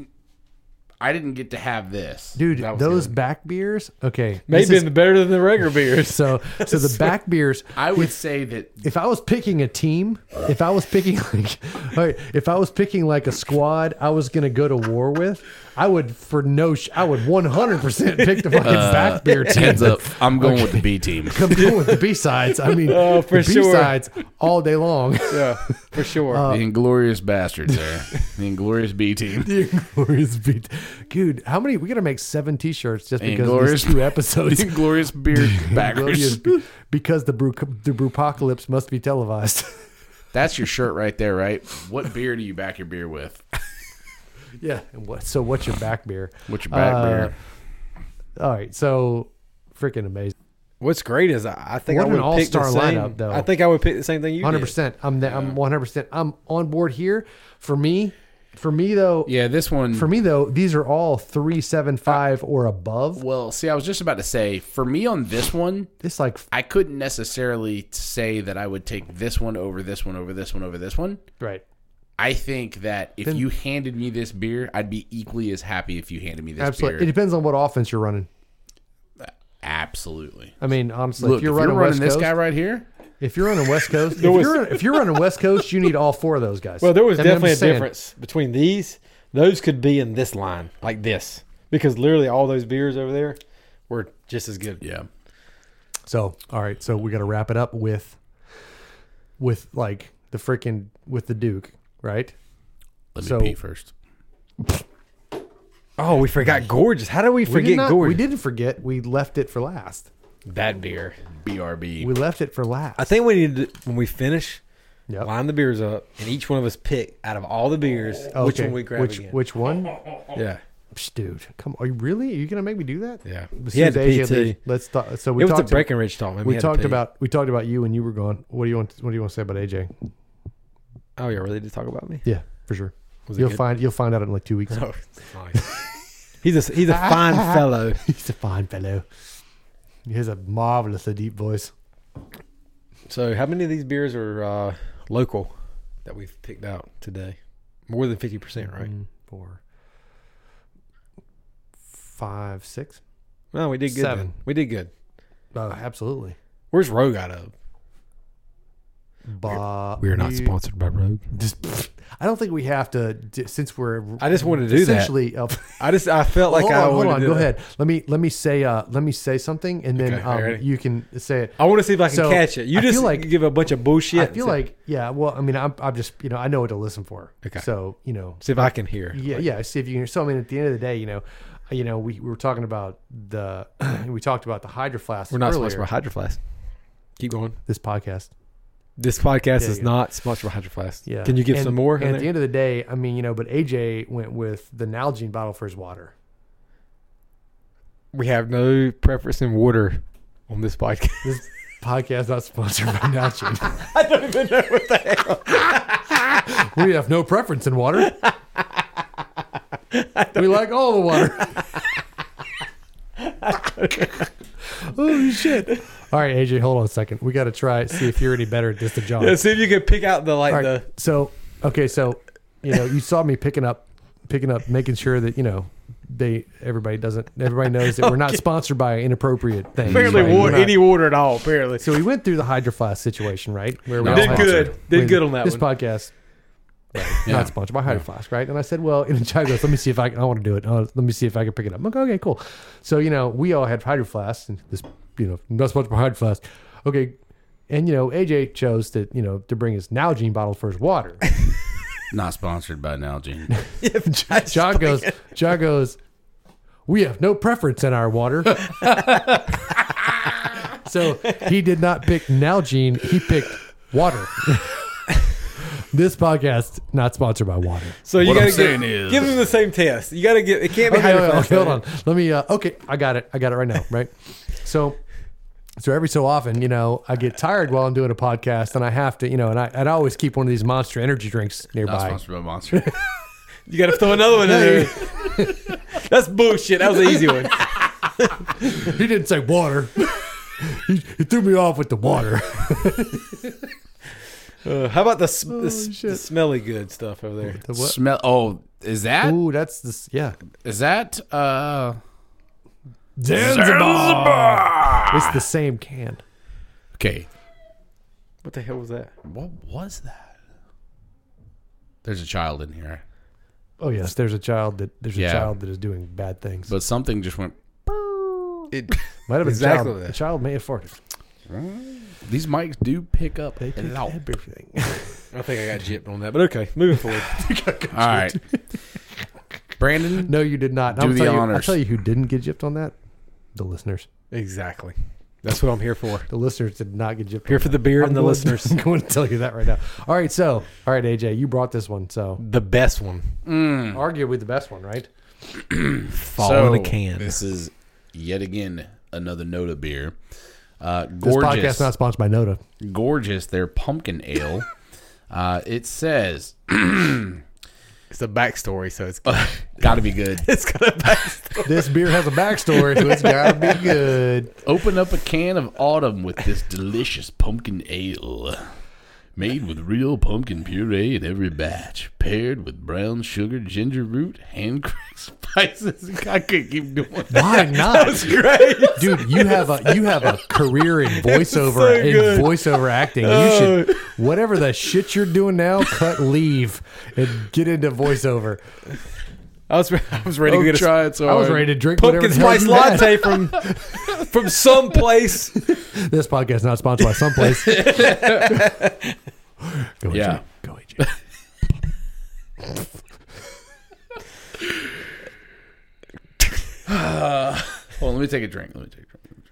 [SPEAKER 2] I didn't get to have this.
[SPEAKER 1] dude.
[SPEAKER 4] That was
[SPEAKER 1] Those
[SPEAKER 4] good.
[SPEAKER 1] back beers. Okay, this
[SPEAKER 4] Maybe
[SPEAKER 1] is-
[SPEAKER 4] better than the regular
[SPEAKER 3] [LAUGHS]
[SPEAKER 4] beers.
[SPEAKER 1] so
[SPEAKER 4] [LAUGHS]
[SPEAKER 1] so the back beers.
[SPEAKER 2] I would
[SPEAKER 1] [LAUGHS]
[SPEAKER 2] say that
[SPEAKER 1] if I was picking a team, if I was picking [LAUGHS] like, all right, if I was picking like a squad, I was gonna go to war with. I would for no, sh- I would one hundred percent pick the fucking
[SPEAKER 4] Uh,
[SPEAKER 1] back beer team. [LAUGHS]
[SPEAKER 2] heads up. [LAUGHS] I'm going with the B team.
[SPEAKER 1] I'm going with the B sides. I
[SPEAKER 4] [LAUGHS]
[SPEAKER 1] mean,
[SPEAKER 4] Oh, for
[SPEAKER 1] the
[SPEAKER 4] sure.
[SPEAKER 1] B sides all day long. [LAUGHS]
[SPEAKER 4] yeah, for sure.
[SPEAKER 1] Uh,
[SPEAKER 2] The inglorious bastards there. The inglorious
[SPEAKER 1] [LAUGHS]
[SPEAKER 2] B team.
[SPEAKER 1] The Inglorious beat, dude. How many? We gotta make seven T-shirts just because of these
[SPEAKER 2] Inglorious-
[SPEAKER 1] two [LAUGHS] episodes.
[SPEAKER 2] Inglorious beer
[SPEAKER 1] Inglorious
[SPEAKER 2] backwards.
[SPEAKER 1] Be- because the brew the brewpocalypse must be televised. [LAUGHS]
[SPEAKER 2] That's your shirt right there, right? What beer do you back your beer with?
[SPEAKER 1] yeah. And what? So what's your back beer?
[SPEAKER 2] What's your back
[SPEAKER 1] Uh,
[SPEAKER 2] beer?
[SPEAKER 1] All right. So freaking amazing.
[SPEAKER 4] What's great is I, I think
[SPEAKER 1] What
[SPEAKER 4] I
[SPEAKER 1] an
[SPEAKER 4] would pick the
[SPEAKER 1] all-star
[SPEAKER 4] same.
[SPEAKER 1] lineup, though.
[SPEAKER 4] I think I would pick the same thing you
[SPEAKER 1] Hundred
[SPEAKER 4] 100%.
[SPEAKER 1] percent. I'm the, I'm one hundred percent. I'm on board here. For me, for me though.
[SPEAKER 2] Yeah, this one.
[SPEAKER 1] For me though, these are all three seven five or above.
[SPEAKER 2] well, see, I was just about to say, for me on this one,
[SPEAKER 1] It's like
[SPEAKER 2] I couldn't necessarily say that I would take this one over this one over this one over this one.
[SPEAKER 1] right.
[SPEAKER 2] I think that if you handed me this beer, I'd be equally as happy if you handed me this
[SPEAKER 1] Absolutely. It
[SPEAKER 2] beer. Uh,
[SPEAKER 1] depends on what offense you're running.
[SPEAKER 2] Absolutely.
[SPEAKER 1] I mean, honestly,
[SPEAKER 2] Look,
[SPEAKER 1] if you're running, West
[SPEAKER 2] this
[SPEAKER 1] Coast,
[SPEAKER 2] guy right here,
[SPEAKER 1] If you're running West Coast, if, you're, if you're running West Coast, you need all four of those guys.
[SPEAKER 4] Well, there was
[SPEAKER 1] I mean, I'm
[SPEAKER 4] definitely a
[SPEAKER 1] just saying,
[SPEAKER 4] difference between these. Those could be in this line, like this, because literally all those beers over there were just as good.
[SPEAKER 2] yeah,
[SPEAKER 1] So, all right, so we got to wrap it up with, with like the freaking with the Duke, right?
[SPEAKER 2] let me
[SPEAKER 1] So-
[SPEAKER 2] pee first.
[SPEAKER 4] Oh, we forgot Gorgeous. How did we
[SPEAKER 1] We did
[SPEAKER 4] forget
[SPEAKER 1] not- We
[SPEAKER 4] Gorgeous?
[SPEAKER 1] didn't forget. We left it for last.
[SPEAKER 4] That beer.
[SPEAKER 2] BRB.
[SPEAKER 1] We left it for last.
[SPEAKER 3] I think we need to, when we finish,
[SPEAKER 1] Yep.
[SPEAKER 3] line the beers up, and each one of us pick out of all the beers which
[SPEAKER 1] Okay.
[SPEAKER 3] one we grab
[SPEAKER 1] Which
[SPEAKER 3] again.
[SPEAKER 1] which one?
[SPEAKER 3] yeah,
[SPEAKER 1] Psh, dude, come on. Are you really? Are you gonna make me do that?
[SPEAKER 3] yeah.
[SPEAKER 1] As
[SPEAKER 3] He
[SPEAKER 1] soon
[SPEAKER 3] had
[SPEAKER 1] as
[SPEAKER 3] to
[SPEAKER 1] Asia
[SPEAKER 3] pee too.
[SPEAKER 1] leaves- Let's talk. So we
[SPEAKER 3] It was a
[SPEAKER 1] talked. to-
[SPEAKER 3] Breckenridge talk. man.
[SPEAKER 1] we
[SPEAKER 3] had to
[SPEAKER 1] talked
[SPEAKER 3] pee.
[SPEAKER 1] about we talked about you when you were gone. What do you want? What do you want to say about AJ?
[SPEAKER 3] Oh, yeah, really? Did talk about me?
[SPEAKER 1] Yeah, for sure.
[SPEAKER 3] Was it
[SPEAKER 1] You'll
[SPEAKER 3] good?
[SPEAKER 1] find you'll find out in like two weeks.
[SPEAKER 3] [LAUGHS] Oh, he's a he's a fine fellow.
[SPEAKER 1] [LAUGHS] He's a fine fellow. He has a marvelously deep voice.
[SPEAKER 3] So, how many of these beers are uh, local that we've picked out today? More than fifty percent, right?
[SPEAKER 1] One, Mm, Four, five, six.
[SPEAKER 3] No, we did good.
[SPEAKER 1] Seven.
[SPEAKER 3] Then. We did good.
[SPEAKER 1] Uh, absolutely.
[SPEAKER 3] Where's Rogue out of?
[SPEAKER 1] But
[SPEAKER 3] by Rogue.
[SPEAKER 1] I don't think we have to d- since we're.
[SPEAKER 3] I just wanted to do that.
[SPEAKER 1] essentially, uh,
[SPEAKER 3] I just I felt
[SPEAKER 1] [LAUGHS]
[SPEAKER 3] like
[SPEAKER 1] hold
[SPEAKER 3] I
[SPEAKER 1] on, hold
[SPEAKER 3] wanted
[SPEAKER 1] on.
[SPEAKER 3] to
[SPEAKER 1] Go
[SPEAKER 3] do that.
[SPEAKER 1] ahead. Let me let me say uh, let me say something, and then
[SPEAKER 3] Okay,
[SPEAKER 1] um,
[SPEAKER 3] alright.
[SPEAKER 1] you can say it.
[SPEAKER 3] I want to see if I can
[SPEAKER 1] So,
[SPEAKER 3] catch it. You
[SPEAKER 1] I
[SPEAKER 3] just
[SPEAKER 1] feel like-
[SPEAKER 3] give a bunch of bullshit.
[SPEAKER 1] I
[SPEAKER 3] and
[SPEAKER 1] feel
[SPEAKER 3] see-
[SPEAKER 1] like yeah. Well, I mean, I'm I'm just you know I know what to listen for.
[SPEAKER 3] Okay.
[SPEAKER 1] So you know
[SPEAKER 3] see if I can hear.
[SPEAKER 1] Yeah, yeah. See if you can. So I mean, at the end of the day, you know, you know, we, we were talking about the [CLEARS THROAT] we talked about the hydro flask.
[SPEAKER 3] We're not
[SPEAKER 1] earlier,
[SPEAKER 3] sponsored by Hydro Flask. Keep going.
[SPEAKER 1] this podcast.
[SPEAKER 3] This podcast
[SPEAKER 1] Yeah,
[SPEAKER 3] is
[SPEAKER 1] yeah.
[SPEAKER 3] not sponsored by Hydro Flask.
[SPEAKER 1] Yeah.
[SPEAKER 3] Can you give
[SPEAKER 1] And-
[SPEAKER 3] some more? in
[SPEAKER 1] And at
[SPEAKER 3] there?
[SPEAKER 1] the end of the day, I mean, you know, but AJ went with the Nalgene bottle for his water.
[SPEAKER 3] we have no preference in water on this podcast. [LAUGHS]
[SPEAKER 1] This podcast not sponsored by Nalgene. [LAUGHS] I don't even know what the hell. [LAUGHS] we have no preference in water. we like all the [LAUGHS] water. Holy shit! All right, AJ, hold on a second. We got to try see if you're any better at this than John.
[SPEAKER 3] see if you can pick out the like
[SPEAKER 1] All right, so okay, so you know, you saw me picking up, picking up, making sure that you know they everybody doesn't everybody knows that we're not sponsored by inappropriate things.
[SPEAKER 3] apparently
[SPEAKER 1] right? We're
[SPEAKER 3] water,
[SPEAKER 1] not-
[SPEAKER 3] any water at all. Apparently,
[SPEAKER 1] So we went through the hydroflask situation, right? Where we
[SPEAKER 2] No,
[SPEAKER 1] all
[SPEAKER 2] did
[SPEAKER 1] had-
[SPEAKER 2] good.
[SPEAKER 1] I
[SPEAKER 3] Did
[SPEAKER 1] mean,
[SPEAKER 3] good on that
[SPEAKER 1] this
[SPEAKER 3] one.
[SPEAKER 1] podcast. Right,
[SPEAKER 2] Yeah.
[SPEAKER 1] Not sponsored by Hydroflask, right? And I said, well, [LAUGHS] and Chad goes, let me see if I can, I want to do it. Oh, let me see if I can pick it up. I'm like, okay, cool. So, you know, we all had Hydroflask and this, you know, not sponsored by Hydroflask. Okay. And, you know, AJ chose to, you know, to bring his Nalgene bottle for his water.
[SPEAKER 2] Not sponsored by Nalgene.
[SPEAKER 1] John goes, John goes, we have no preference in our water. [LAUGHS] so he did not pick Nalgene. He picked water. [LAUGHS] this podcast not sponsored by water.
[SPEAKER 3] So you
[SPEAKER 2] What I'm
[SPEAKER 3] gotta
[SPEAKER 2] saying
[SPEAKER 3] give,
[SPEAKER 2] is-
[SPEAKER 3] give them the same test. You gotta get it can't be
[SPEAKER 1] Okay,
[SPEAKER 3] Hydro
[SPEAKER 1] okay,
[SPEAKER 3] Flask.
[SPEAKER 1] okay, hold on. Let me. Uh, okay, I got it. I got it right now. Right. So, so every so often, you know, I get tired while I'm doing a podcast, and I have to, you know, and I, and I always keep one of these Monster Energy drinks
[SPEAKER 2] Not
[SPEAKER 1] nearby.
[SPEAKER 2] sponsored by Monster.
[SPEAKER 3] You gotta throw another one in there. [LAUGHS] That's bullshit. That was an easy [LAUGHS] one.
[SPEAKER 1] He didn't say water. [LAUGHS] he, he threw me off with the water.
[SPEAKER 3] Uh, how about the, s- the, s-
[SPEAKER 1] shit.
[SPEAKER 3] the smelly good stuff over there?
[SPEAKER 1] The what?
[SPEAKER 2] Smell. Oh, is that
[SPEAKER 1] Ooh, that's this. Yeah.
[SPEAKER 2] is that uh
[SPEAKER 1] It's the same can.
[SPEAKER 2] Okay.
[SPEAKER 3] What the hell was that?
[SPEAKER 2] What was that? There's a child in here,
[SPEAKER 1] Oh yes, there's a child that there's
[SPEAKER 2] Yeah.
[SPEAKER 1] a child that is doing bad things.
[SPEAKER 2] but something just went.
[SPEAKER 1] Might have been
[SPEAKER 3] Exactly
[SPEAKER 1] a child.
[SPEAKER 3] that.
[SPEAKER 1] The child may have farted.
[SPEAKER 2] These mics do pick up
[SPEAKER 1] They
[SPEAKER 2] a
[SPEAKER 1] picked
[SPEAKER 2] lot.
[SPEAKER 1] up everything. [LAUGHS]
[SPEAKER 3] I think I got gypped on that, but okay, moving forward.
[SPEAKER 2] All right, [LAUGHS] Brandon.
[SPEAKER 1] No, you did not.
[SPEAKER 2] Do
[SPEAKER 1] I'll
[SPEAKER 2] the
[SPEAKER 1] tell you, I'll
[SPEAKER 2] honors.
[SPEAKER 1] tell you who didn't get gypped on that. The listeners.
[SPEAKER 3] [LAUGHS] exactly. That's what I'm here for.
[SPEAKER 1] The listeners did not get gypped.
[SPEAKER 3] Here
[SPEAKER 1] on
[SPEAKER 3] for
[SPEAKER 1] that.
[SPEAKER 3] the beer
[SPEAKER 1] I'm
[SPEAKER 3] and the
[SPEAKER 1] going-
[SPEAKER 3] listeners.
[SPEAKER 1] [LAUGHS] I'm going to tell you that right now. All right, so all right, AJ, you brought this one, so
[SPEAKER 3] [LAUGHS] The best one.
[SPEAKER 2] Mm.
[SPEAKER 1] arguably the best one, right?
[SPEAKER 3] Fall in a can.
[SPEAKER 2] This is yet again another Noda beer. Uh,
[SPEAKER 1] This
[SPEAKER 2] gorgeous.
[SPEAKER 1] podcast not sponsored by Noda.
[SPEAKER 2] gorgeous their pumpkin ale. Uh, it says, [LAUGHS]
[SPEAKER 3] It's a backstory, so it's
[SPEAKER 2] gotta be good.
[SPEAKER 3] [LAUGHS] it's got a backstory.
[SPEAKER 1] This beer has a backstory, so it's gotta be good.
[SPEAKER 2] [LAUGHS] Open up a can of autumn with this delicious pumpkin ale. Made with real pumpkin puree in every batch, paired with brown sugar, ginger root, hand cracked [LAUGHS] spices. I could keep doing that.
[SPEAKER 1] Why not?
[SPEAKER 2] [LAUGHS]
[SPEAKER 3] Great.
[SPEAKER 1] dude
[SPEAKER 3] [LAUGHS]
[SPEAKER 1] you have a you have a career in voiceover in
[SPEAKER 3] good. Uh,
[SPEAKER 1] voiceover acting you should whatever the shit you're doing now cut leave and get into voiceover
[SPEAKER 3] I was re- I was ready to get a
[SPEAKER 2] try it so
[SPEAKER 1] i was ready to drink
[SPEAKER 3] pumpkin
[SPEAKER 1] whatever the hell
[SPEAKER 3] spice
[SPEAKER 1] you had.
[SPEAKER 3] latte from [LAUGHS] from some place.
[SPEAKER 1] this podcast not sponsored by
[SPEAKER 3] [LAUGHS]
[SPEAKER 1] someplace [LAUGHS] go AJ.
[SPEAKER 2] Yeah.
[SPEAKER 1] go AJ.
[SPEAKER 2] Well, let me take a drink. Let me take a drink.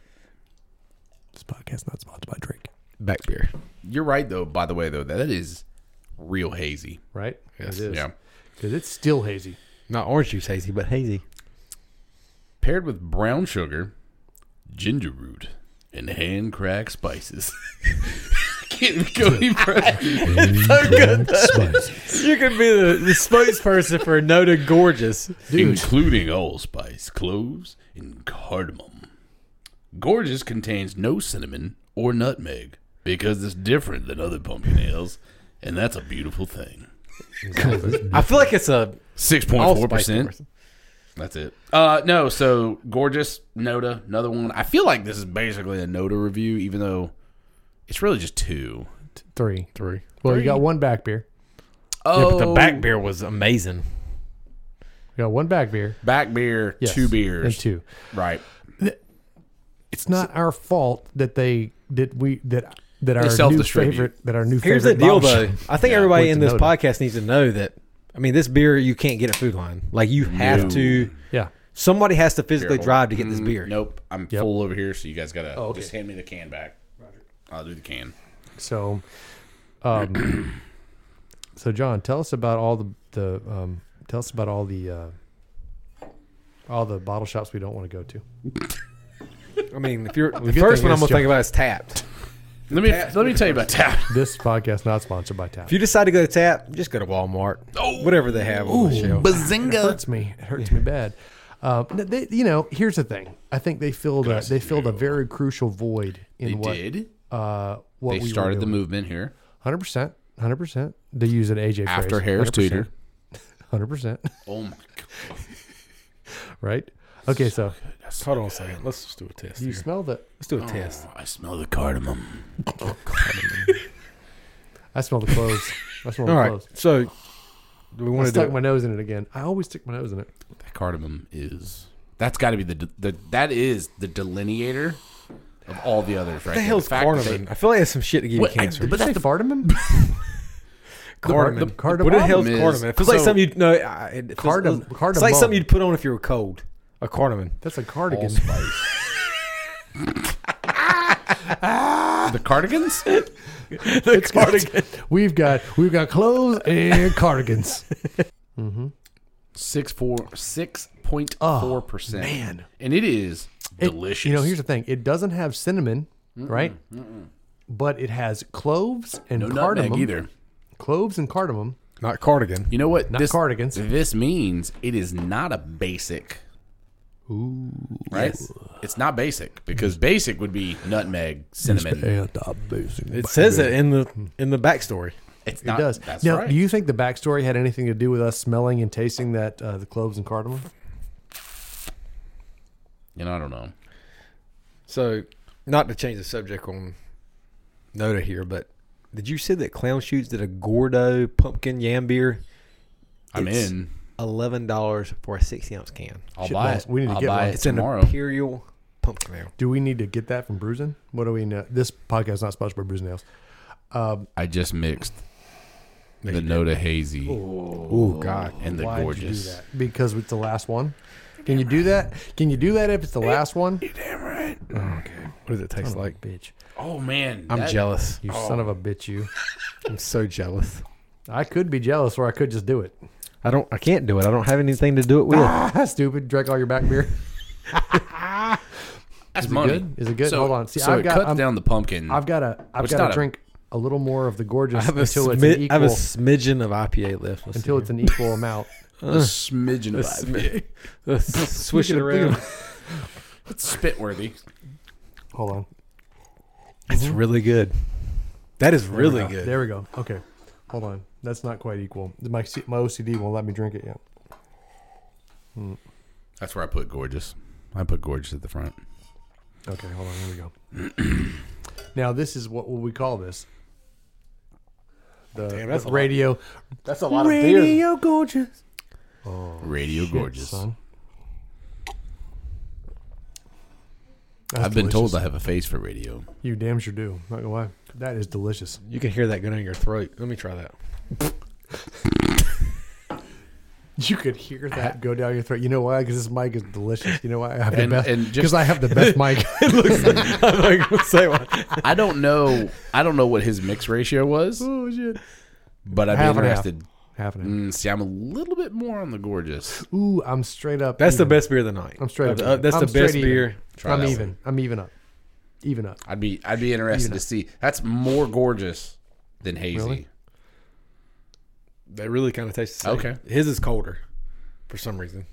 [SPEAKER 1] this podcast not sponsored by drink
[SPEAKER 3] Back's beer.
[SPEAKER 2] You're right though. By the way though, that is real hazy.
[SPEAKER 1] right?
[SPEAKER 3] Yes.
[SPEAKER 1] It is.
[SPEAKER 2] Yeah.
[SPEAKER 1] Because it's still hazy.
[SPEAKER 3] Not orange juice hazy, but hazy.
[SPEAKER 2] Paired with brown sugar, ginger root, and hand cracked spices. [LAUGHS] Can't even go any further.
[SPEAKER 3] You could be the, the spokesperson for Noda Gorgeous.
[SPEAKER 2] including allspice, cloves, and cardamom. Gorgeous contains no cinnamon or nutmeg because it's different than other pumpkin ales, and that's a beautiful thing.
[SPEAKER 3] I feel like it's a
[SPEAKER 2] Six point four
[SPEAKER 3] allspice
[SPEAKER 2] percent.
[SPEAKER 3] person.
[SPEAKER 2] That's it. Uh, no, so gorgeous Noda, another one. I feel like this is basically a Noda review, even though it's really just two.
[SPEAKER 1] Three.
[SPEAKER 3] Three.
[SPEAKER 1] Well, you got one back beer.
[SPEAKER 2] Oh,
[SPEAKER 3] Yeah, but the back beer was amazing.
[SPEAKER 1] You got one back beer.
[SPEAKER 2] back beer,
[SPEAKER 1] Yes,
[SPEAKER 2] two beers,
[SPEAKER 1] And two.
[SPEAKER 2] right?
[SPEAKER 1] It's not our fault that they that we that that our new
[SPEAKER 2] self-distribute.
[SPEAKER 1] favorite that our new
[SPEAKER 3] Here's the
[SPEAKER 1] favorite
[SPEAKER 3] deal,
[SPEAKER 1] bombshell-
[SPEAKER 3] though. I think everybody
[SPEAKER 1] went
[SPEAKER 3] in
[SPEAKER 1] to
[SPEAKER 3] this
[SPEAKER 1] Noda.
[SPEAKER 3] podcast needs to know that. I mean, this beer you can't get at Food Line. Like you have
[SPEAKER 2] No.
[SPEAKER 3] to.
[SPEAKER 1] Yeah.
[SPEAKER 3] Somebody has to physically drive to get this
[SPEAKER 2] Mm,
[SPEAKER 3] beer.
[SPEAKER 2] Nope, I'm
[SPEAKER 1] Yep.
[SPEAKER 2] full over here, so you guys gotta
[SPEAKER 1] Oh, okay.
[SPEAKER 2] just hand me the can back. I'll do the can.
[SPEAKER 1] So, um, [CLEARS THROAT] so John, tell us about all the the um, tell us about all the uh, all the bottle shops we don't want to go to.
[SPEAKER 3] I mean, if you're the
[SPEAKER 1] good
[SPEAKER 3] first
[SPEAKER 1] thing
[SPEAKER 3] one, I'm
[SPEAKER 1] is
[SPEAKER 3] gonna
[SPEAKER 1] John-
[SPEAKER 3] think about is Tapped.
[SPEAKER 2] Let me let me tell you about tap.
[SPEAKER 1] This podcast not sponsored by Tap.
[SPEAKER 3] If you decide to go to Tap, just go to Walmart.
[SPEAKER 2] Oh.
[SPEAKER 3] whatever they have on the shelf.
[SPEAKER 2] Bazinga!
[SPEAKER 1] hurts me. It hurts me bad. Um, no, they, you know, here's the thing. I think they filled a, they filled a very crucial void in
[SPEAKER 2] They
[SPEAKER 1] what
[SPEAKER 2] did.
[SPEAKER 1] uh, what
[SPEAKER 2] They
[SPEAKER 1] we
[SPEAKER 2] started the
[SPEAKER 1] movie.
[SPEAKER 2] movement here
[SPEAKER 1] Hundred percent, hundred percent. They use an AJ
[SPEAKER 2] after Harris Teeter.
[SPEAKER 1] Hundred percent, [LAUGHS]
[SPEAKER 2] Oh my god!
[SPEAKER 1] right? Okay, so
[SPEAKER 3] Hold on a second. Let's just do a test.
[SPEAKER 1] you
[SPEAKER 3] Here.
[SPEAKER 1] smelled it.
[SPEAKER 3] Let's
[SPEAKER 2] oh.
[SPEAKER 3] do a test.
[SPEAKER 2] I smell the cardamom.
[SPEAKER 1] I smell the cloves. I
[SPEAKER 3] [LAUGHS]
[SPEAKER 2] Oh,
[SPEAKER 1] smell
[SPEAKER 3] All
[SPEAKER 1] the
[SPEAKER 3] right.
[SPEAKER 1] cloves.
[SPEAKER 3] So, do we
[SPEAKER 1] I
[SPEAKER 3] want to do?
[SPEAKER 1] stuck
[SPEAKER 3] it?
[SPEAKER 1] my nose in it again. I always stick my nose in it.
[SPEAKER 2] That cardamom is. That's got to be the, de- the that is the delineator of all the others, right?
[SPEAKER 3] What the hell's cardamom? I feel like it's some shit to give
[SPEAKER 2] What,
[SPEAKER 3] you cancer.
[SPEAKER 1] Did
[SPEAKER 2] but
[SPEAKER 1] you
[SPEAKER 2] that's
[SPEAKER 1] say
[SPEAKER 2] the
[SPEAKER 1] Fardaman?
[SPEAKER 3] Cardamom.
[SPEAKER 1] the cardamom.
[SPEAKER 3] What the hell's
[SPEAKER 2] is-
[SPEAKER 3] cardamom? It feels like
[SPEAKER 2] So-
[SPEAKER 3] something you'd no. I- It feels,
[SPEAKER 1] Cardam-
[SPEAKER 3] It's like
[SPEAKER 1] cardamom.
[SPEAKER 3] something you'd put on if you were cold. A cardamom.
[SPEAKER 1] That's a cardigan.
[SPEAKER 2] the cardigans.
[SPEAKER 1] it's cardigan. [LAUGHS] We've got we've got clothes and
[SPEAKER 3] [LAUGHS]
[SPEAKER 1] cardigans.
[SPEAKER 2] Six four six point four percent.
[SPEAKER 1] man.
[SPEAKER 2] and it is
[SPEAKER 1] It-
[SPEAKER 2] delicious.
[SPEAKER 1] you know, here's the thing. It doesn't have cinnamon, right? But it has cloves and
[SPEAKER 2] no
[SPEAKER 1] cardamom.
[SPEAKER 2] nutmeg either.
[SPEAKER 1] Cloves and cardamom.
[SPEAKER 3] Not cardigan.
[SPEAKER 2] You know what?
[SPEAKER 1] Not cardigans.
[SPEAKER 2] This means it is not a basic. Ooh, right? It's not basic because basic would be nutmeg, cinnamon.
[SPEAKER 3] It says it in the in the backstory.
[SPEAKER 2] It's
[SPEAKER 1] It
[SPEAKER 2] not.
[SPEAKER 1] does.
[SPEAKER 2] That's
[SPEAKER 1] now,
[SPEAKER 2] right.
[SPEAKER 1] do you think the backstory had anything to do with us smelling and tasting that uh, the cloves and cardamom?
[SPEAKER 2] you know, I don't know.
[SPEAKER 3] So, not to change the subject on Noda here, but did you say that Clown Shoots did a Gordo pumpkin yam beer?
[SPEAKER 2] I'm
[SPEAKER 3] It's-
[SPEAKER 2] in.
[SPEAKER 3] Eleven dollars for a sixty ounce can.
[SPEAKER 2] I'll
[SPEAKER 1] Shit
[SPEAKER 2] buy
[SPEAKER 1] balls.
[SPEAKER 2] it.
[SPEAKER 1] We need to
[SPEAKER 2] I'll
[SPEAKER 1] get
[SPEAKER 2] buy
[SPEAKER 1] one.
[SPEAKER 2] it
[SPEAKER 3] It's
[SPEAKER 2] tomorrow.
[SPEAKER 3] an imperial pumpkin ale.
[SPEAKER 1] Do we need to get that from Bruising? What do we know? This podcast is not sponsored by Bruising Nails.
[SPEAKER 2] I just mixed the Noda Hazy
[SPEAKER 3] Oh God!
[SPEAKER 2] and the
[SPEAKER 1] Why'd You do
[SPEAKER 2] Gorgeous.
[SPEAKER 1] that? Because it's the last one. Can you do that? Can you do that if it's the last one?
[SPEAKER 3] What does it taste like?
[SPEAKER 1] bitch.
[SPEAKER 2] Oh man,
[SPEAKER 3] I'm
[SPEAKER 2] that-
[SPEAKER 3] jealous.
[SPEAKER 1] You
[SPEAKER 2] Oh.
[SPEAKER 1] son of a bitch, you.
[SPEAKER 3] I'm so jealous.
[SPEAKER 1] I could be jealous or I could just do it. [LAUGHS]
[SPEAKER 3] I don't. I can't do it. I don't have anything to do it with.
[SPEAKER 1] Ah, stupid. Drank all your back beer.
[SPEAKER 2] That's
[SPEAKER 1] it
[SPEAKER 2] money.
[SPEAKER 1] good? Is it good?
[SPEAKER 2] So,
[SPEAKER 1] Hold on. See,
[SPEAKER 2] so
[SPEAKER 1] I've
[SPEAKER 2] it
[SPEAKER 1] got-
[SPEAKER 2] cuts
[SPEAKER 1] I'm-
[SPEAKER 2] down the pumpkin.
[SPEAKER 1] I've got to I've
[SPEAKER 2] It's
[SPEAKER 1] got
[SPEAKER 2] not
[SPEAKER 1] to
[SPEAKER 2] a-
[SPEAKER 1] drink a little more of the
[SPEAKER 3] I
[SPEAKER 1] gorgeous
[SPEAKER 3] have, a
[SPEAKER 1] until it's
[SPEAKER 3] smi-
[SPEAKER 1] an
[SPEAKER 3] I have
[SPEAKER 1] equal
[SPEAKER 3] a smidgen of IPA left. Let's
[SPEAKER 1] until
[SPEAKER 3] see
[SPEAKER 1] it's an equal amount.
[SPEAKER 2] a smidgen of
[SPEAKER 3] smi-
[SPEAKER 2] IPA.
[SPEAKER 3] here. [LAUGHS]
[SPEAKER 1] [LAUGHS]
[SPEAKER 3] Let's swish it around.
[SPEAKER 2] It's spit worthy.
[SPEAKER 1] Hold on. [LAUGHS]
[SPEAKER 3] It's really good. That is
[SPEAKER 1] There we
[SPEAKER 3] really
[SPEAKER 1] go.
[SPEAKER 3] good.
[SPEAKER 1] There we go. Okay. Hold on. That's not quite equal. My C- my OCD won't let me drink it yet.
[SPEAKER 2] That's where I put gorgeous. I put gorgeous at the front.
[SPEAKER 1] Okay, hold on. Here we go. [CLEARS THROAT] now this is what, what we call this. The,
[SPEAKER 3] that's
[SPEAKER 1] the
[SPEAKER 3] a lot.
[SPEAKER 1] radio
[SPEAKER 3] That's a lot
[SPEAKER 1] radio gorgeous.
[SPEAKER 2] Radio gorgeous.
[SPEAKER 1] son. That's
[SPEAKER 2] I've been told
[SPEAKER 1] delicious.
[SPEAKER 2] I have a face for radio.
[SPEAKER 1] You damn sure do. Not gonna lie. That is delicious. [LAUGHS]
[SPEAKER 3] [LAUGHS] You can hear that going in your throat. Let me try that.
[SPEAKER 1] You could hear that go down your throat. You know why? Because this mic is delicious. You know why? I have the [LAUGHS]
[SPEAKER 2] And- and
[SPEAKER 1] best
[SPEAKER 2] just-
[SPEAKER 1] because I have the best
[SPEAKER 2] [LAUGHS]
[SPEAKER 1] mic.
[SPEAKER 5] I'm not
[SPEAKER 3] [LAUGHS]
[SPEAKER 5] gonna say one.
[SPEAKER 2] I don't know. I don't know what his mix ratio was,
[SPEAKER 1] oh shit!
[SPEAKER 2] but I'd be
[SPEAKER 1] Half and half.
[SPEAKER 2] interested.
[SPEAKER 1] Half an hour.
[SPEAKER 2] Mm, see, I'm a little bit more on the gorgeous.
[SPEAKER 1] Ooh, I'm straight up.
[SPEAKER 5] That's the
[SPEAKER 1] even.
[SPEAKER 5] best beer of the night.
[SPEAKER 1] I'm straight up.
[SPEAKER 5] Uh, that's
[SPEAKER 1] even.
[SPEAKER 5] the
[SPEAKER 1] I'm
[SPEAKER 5] best
[SPEAKER 1] straight even.
[SPEAKER 5] beer.
[SPEAKER 2] Try
[SPEAKER 1] I'm
[SPEAKER 2] that
[SPEAKER 1] even. I'm even up. Even up.
[SPEAKER 2] I'd be I'd be interested
[SPEAKER 1] Even.
[SPEAKER 2] to see. That's more gorgeous than hazy.
[SPEAKER 1] Really?
[SPEAKER 5] They really kind of taste the same.
[SPEAKER 2] Okay.
[SPEAKER 5] His is colder for some reason.